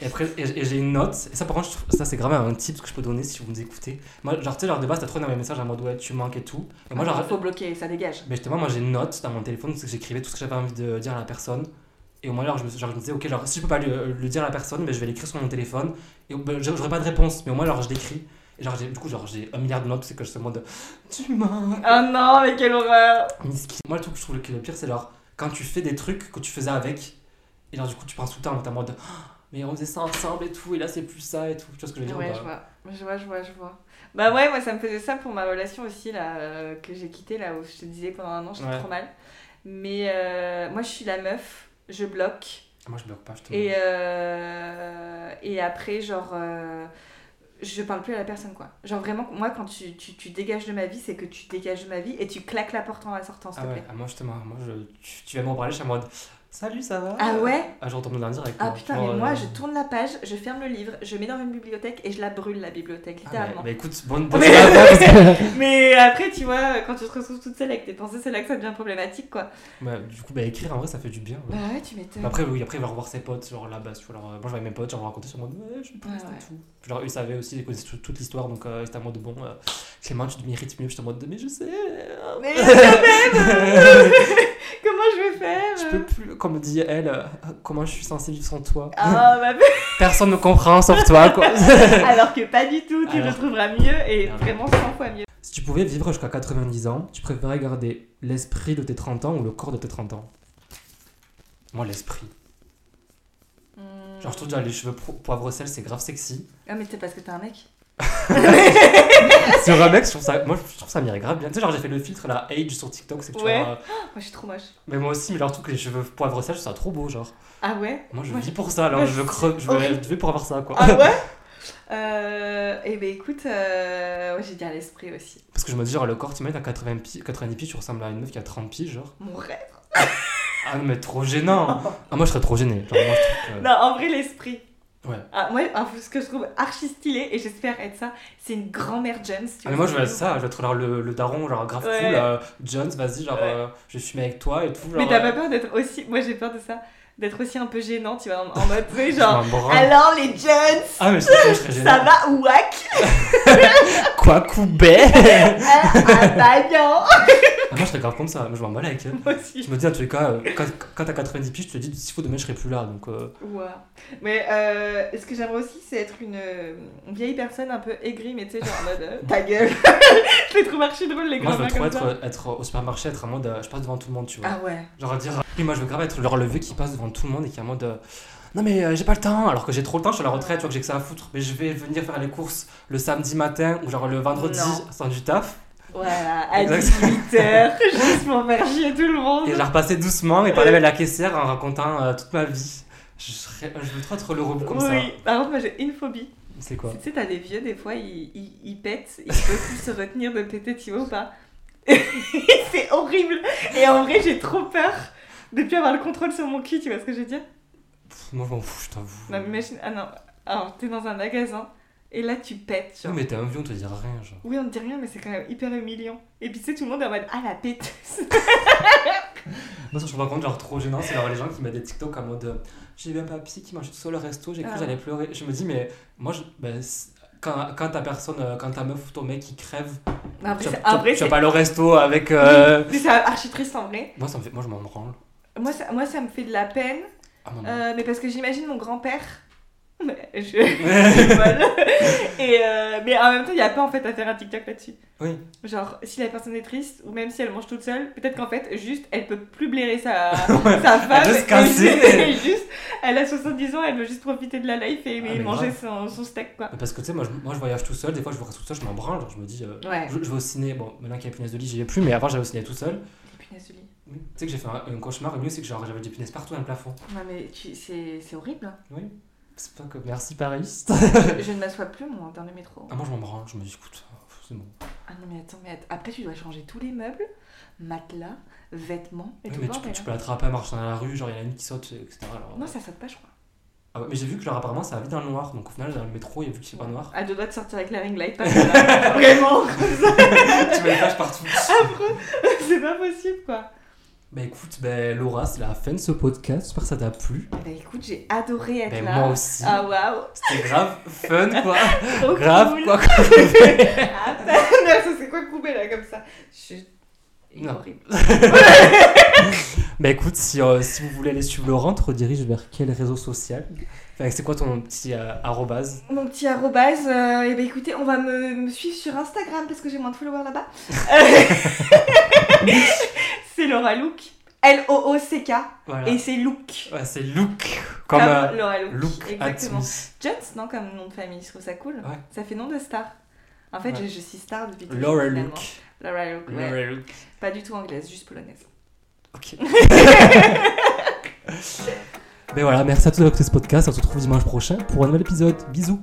A: Et après, et, et j'ai une note, et ça par contre, je trouve- ça c'est grave un tip que je peux donner si vous nous écoutez. Moi, genre, tu sais, genre de base, t'as trop dans mes messages en mode ouais, tu manques et tout. Et moi, genre,
B: faut bloquer, ça dégage.
A: mais justement, moi j'ai une note dans mon téléphone, parce que j'écrivais tout ce que j'avais envie de dire à la personne. Et au moins, genre, je me, genre, je me disais, ok, genre, si je peux pas le, le dire à la personne, mais je vais l'écrire sur mon téléphone. Et ben, j'a- j'aurai pas de réponse, mais au moins, genre, je l'écris. Et genre, j'ai- du coup, genre, j'ai un milliard de notes, c'est que je suis en mode, tu mens.
B: Oh non, mais quelle horreur
A: Miski. Moi, le truc que je trouve que le pire, c'est genre, quand tu fais des trucs que tu faisais avec, et genre, du coup, tu penses tout le temps, mais t'es en mode, Ah, mais on faisait ça ensemble et tout, et là, c'est plus ça et tout. Tu vois ce que je veux dire ou
B: Ouais,
A: pas
B: je vois. Je vois, je vois, je vois. Bah ouais, moi ça me faisait ça pour ma relation aussi, là, euh, que j'ai quittée, là, où je te disais pendant un an, j'étais
A: Ouais.
B: trop mal. Mais euh, moi je suis la meuf, je bloque.
A: Moi, je bloque pas, je te
B: Et, euh, et après, genre, euh, je parle plus à la personne, quoi. Genre, vraiment, moi, quand tu, tu, tu dégages de ma vie, c'est que tu dégages de ma vie et tu claques la porte en la sortant, s'il
A: Ah
B: te
A: ouais,
B: plaît.
A: ah, moi, justement, moi, je, tu, tu vas m'en parler, je suis en mode, salut, ça va
B: Ah ouais
A: Ah, je retombe dans le direct.
B: Ah
A: moi.
B: putain,
A: Genre,
B: mais moi,
A: euh,
B: je tourne la page, je ferme le livre, je mets dans une bibliothèque et je la brûle, la bibliothèque,
A: Ah, mais,
B: littéralement.
A: mais écoute, bonne
B: Mais-
A: bonne soirée à toi, parce que-
B: Mais après, tu vois, quand tu te retrouves toute seule avec tes pensées, c'est là que ça devient problématique, quoi.
A: Bah, du coup, bah, écrire en vrai, ça fait du bien. ouais.
B: Bah ouais, tu m'étonnes.
A: Mais Après, oui, après, il va revoir ses potes, genre là-bas. tu vois, alors, euh, moi, je vois mes potes, genre raconter sur moi, ouais, je suis
B: Ouais,
A: triste
B: ouais.
A: et tout. Puis, Genre, eux savaient aussi, ils connaissaient tout- toute l'histoire, donc euh, c'était en mode bon, euh, Clément, tu te mérites mieux. J'étais en mode, mais je sais, euh,
B: Mais quand même Comment je vais faire
A: je peux plus, comme dit elle, euh, comment je suis censé vivre sans toi
B: Ah, bah,
A: Personne ne comprend sauf toi, quoi.
B: Alors que pas du tout, tu
A: Alors-
B: retrouveras mieux et
A: Alors-
B: vraiment 100 fois mieux.
A: si tu pouvais vivre jusqu'à 90 ans, tu préférais garder l'esprit de tes 30 ans ou le corps de tes 30 ans Moi, l'esprit. Genre, je trouve déjà les cheveux pro- poivre sel, c'est grave sexy.
B: Ah, mais c'est parce que t'es un mec.
A: Sur un mec, je trouve ça, moi, je trouve ça m'irait grave bien. Tu sais, genre, j'ai fait le filtre, la age sur TikTok, c'est que tu
B: Ouais.
A: vois. euh,
B: Moi, je suis trop moche.
A: Mais moi aussi, mais leur truc, les cheveux poivre sel, je trouve ça trop beau, genre.
B: Ah ouais
A: Moi, je
B: Moi,
A: vis pour ça, alors
B: moi,
A: je veux creux, je veux
B: horrible.
A: je vais pour avoir ça, quoi.
B: Ah ouais Euh. Eh ben écoute, euh... ouais, j'ai dit à l'esprit aussi.
A: Parce que je me dis, genre, le corps, tu mets à 80 pi- 90 piges, tu ressembles à une meuf qui a 30 piges, genre.
B: Mon rêve.
A: Ah non, mais trop gênant Ah, moi, je serais trop gêné. Genre, moi, je trouve que-
B: Non, en vrai, l'esprit.
A: Ouais.
B: Ah, moi, un- ce que je trouve archi stylé, et j'espère être ça, c'est une grand-mère Jones. tu
A: Ah, mais
B: vois,
A: moi, je veux être ça, je veux être genre, le, le daron, genre, grave
B: Ouais.
A: cool. euh, Jones, vas-y, genre,
B: Ouais.
A: euh, je vais fumer avec toi et tout. Genre,
B: Mais t'as
A: euh,
B: pas peur d'être aussi. Moi, j'ai peur de ça. D'être aussi un peu gênant, tu vois, en, en mode, tu sais,
A: je
B: genre.
A: suis un brun.
B: Alors les Jones,
A: Ah, mais je sais pas, je serais gêné.
B: ça va ouac
A: Quoi, coubet
B: Ah, ah bah non
A: Ah, Moi, je serais grave comme ça, moi, je m'en bats avec. hein.
B: Moi aussi,
A: Je me dis, en tous les cas, euh, quand, quand t'as 90 piges, tu te dis, s'il faut demain, je serai plus là. Donc, euh,
B: Wow. Mais euh, ce que j'aimerais aussi, c'est être une, euh, une vieille personne un peu aigrie, mais tu sais, genre en mode euh, ta gueule. je les trouve archi drôles, les
A: moi, je
B: grands
A: veux
B: mères
A: trop
B: hein, comme ça.
A: être, être au supermarché, être en mode, euh, je passe devant tout le monde, tu vois.
B: Ah ouais.
A: Genre, dire, oui, moi, je veux grave être genre, le vieux qui passe devant tout le monde et qui est en mode, euh, non, mais euh, j'ai pas le temps, alors que j'ai trop le temps, je suis à la retraite, tu vois, que j'ai que ça à foutre, mais je vais venir faire les courses le samedi matin ou genre le vendredi
B: Non.
A: sans du taf
B: Voilà, à
A: Exactement.
B: 18h, juste pour faire chier tout le monde.
A: et genre passer doucement et parler avec la caissière en racontant euh, toute ma vie. Je, serais- je veux trop être le robot comme ça.
B: oui, par contre, moi j'ai une phobie.
A: C'est quoi
B: Tu sais, t'as des vieux, des fois, ils, ils, ils pètent, ils peuvent plus se retenir de péter, tu vois ou pas C'est horrible Et en vrai, j'ai trop peur de plus avoir le contrôle sur mon cul, tu vois ce que je veux dire
A: Pff, Moi, je m'en fous, je t'avoue.
B: Non, mais imagine, ah non, alors t'es dans un magasin, et là tu pètes,
A: Oui,
B: genre.
A: mais t'es un vieux, on te dira rien, genre.
B: Oui, on te dit rien, mais c'est quand même hyper humiliant. Et puis tu sais, tout le monde est en mode, ah la pète
A: Moi, ça, je me rends compte, genre, trop gênant, c'est genre les gens qui mettent des TikTok en mode euh, J'ai vu un papy qui mangeait tout seul au resto, j'ai cru
B: Ah.
A: que j'allais pleurer. Je me dis, mais moi, je, ben, c'est- quand, quand ta personne, euh, quand ta meuf ou ton mec qui crève,
B: Après,
A: tu, vas- tu,
B: Ah, c'est-
A: vas-
B: après,
A: tu vas
B: c'est
A: pas aller au resto avec. euh,
B: mais c'est archi triste en vrai.
A: Moi, ça me fait, moi, je m'en branle.
B: Moi ça, moi, ça me fait de la peine,
A: Ah, non, non.
B: euh, mais parce que j'imagine mon grand-père. Mais Je... Voilà. Et euh, mais en même temps, il n'y a pas en fait à faire un TikTok là-dessus.
A: Oui.
B: Genre, si la personne est triste, ou même si elle mange toute seule, peut-être qu'en fait, juste, elle peut plus blairer sa, sa femme.
A: Elle veut se
B: et
A: casser.
B: juste- et juste, elle a 70 ans, elle veut juste profiter de la life et,
A: Ah,
B: et
A: mais
B: manger son, son steak, quoi.
A: Mais Parce que tu sais, moi je, moi je voyage tout seul, des fois je voyage tout seul, je m'en branle, genre, je me dis, euh,
B: Ouais.
A: je, je vais au ciné, bon, maintenant qu'il y a punaise de lit, j'y vais plus, mais avant j'allais au ciné tout seul.
B: Punaise de lit.
A: Tu sais que j'ai fait un, un cauchemar, le mieux c'est que genre j'avais des punaises partout dans le plafond.
B: Non, mais tu- c'est c'est horrible. hein.
A: C'est pas que merci Paris.
B: je ne m'assois plus, moi, dans le métro.
A: Ah, moi je m'en branle, je me dis, écoute, c'est bon.
B: Ah non, mais attends, mais att- après, tu dois changer tous les meubles, matelas, vêtements et
A: Oui,
B: tout.
A: mais
B: le
A: tu, peux-
B: bordel,
A: tu
B: hein.
A: peux l'attraper en marchant dans la rue, genre il y en a une qui saute, etc. alors- euh.
B: Non, ça saute pas, je crois.
A: Ah ouais, mais j'ai vu que genre apparemment ça vit dans le noir, donc au final dans le métro, il y a vu que c'est pas noir.
B: À deux doigts de sortir avec la ring light, parce que là, vraiment,
A: tu mets les flash partout.
B: c'est pas possible quoi.
A: bah écoute, bah, Laura, c'est la fin de ce podcast, j'espère que ça t'a plu.
B: Bah écoute, j'ai adoré être
A: Bah,
B: là.
A: moi aussi.
B: Ah waouh,
A: C'était grave fun quoi.
B: trop
A: grave
B: cool.
A: quoi.
B: Ah, ça ça, c'est quoi couper là comme ça Je suis
A: Non.
B: horrible.
A: Bah écoute, si, euh, si vous voulez aller suivre Laurent, te redirige vers quel réseau social Enfin, c'est quoi ton petit euh, arrobase
B: Mon petit arrobase, euh, eh ben écoutez, on va me, me suivre sur Instagram parce que j'ai moins de followers là-bas. Euh, c'est Laura Look. L-O-O-C-K.
A: Voilà.
B: Et c'est Look.
A: Ouais, c'est Luke, comme euh,
B: Laura Look.
A: Luke
B: exactement.
A: Atmos.
B: Jones, non, comme nom de famille, je trouve ça cool.
A: Ouais.
B: Ça fait nom de star. En fait,
A: Ouais.
B: je, je suis star depuis toujours,
A: Laura
B: finalement.
A: Luke.
B: Laura Look, ouais.
A: Laura Luke.
B: Pas du tout anglaise, juste polonaise.
A: Ok. Mais voilà, merci à tous d'avoir écouté ce podcast. On se retrouve dimanche prochain pour un nouvel épisode. Bisous.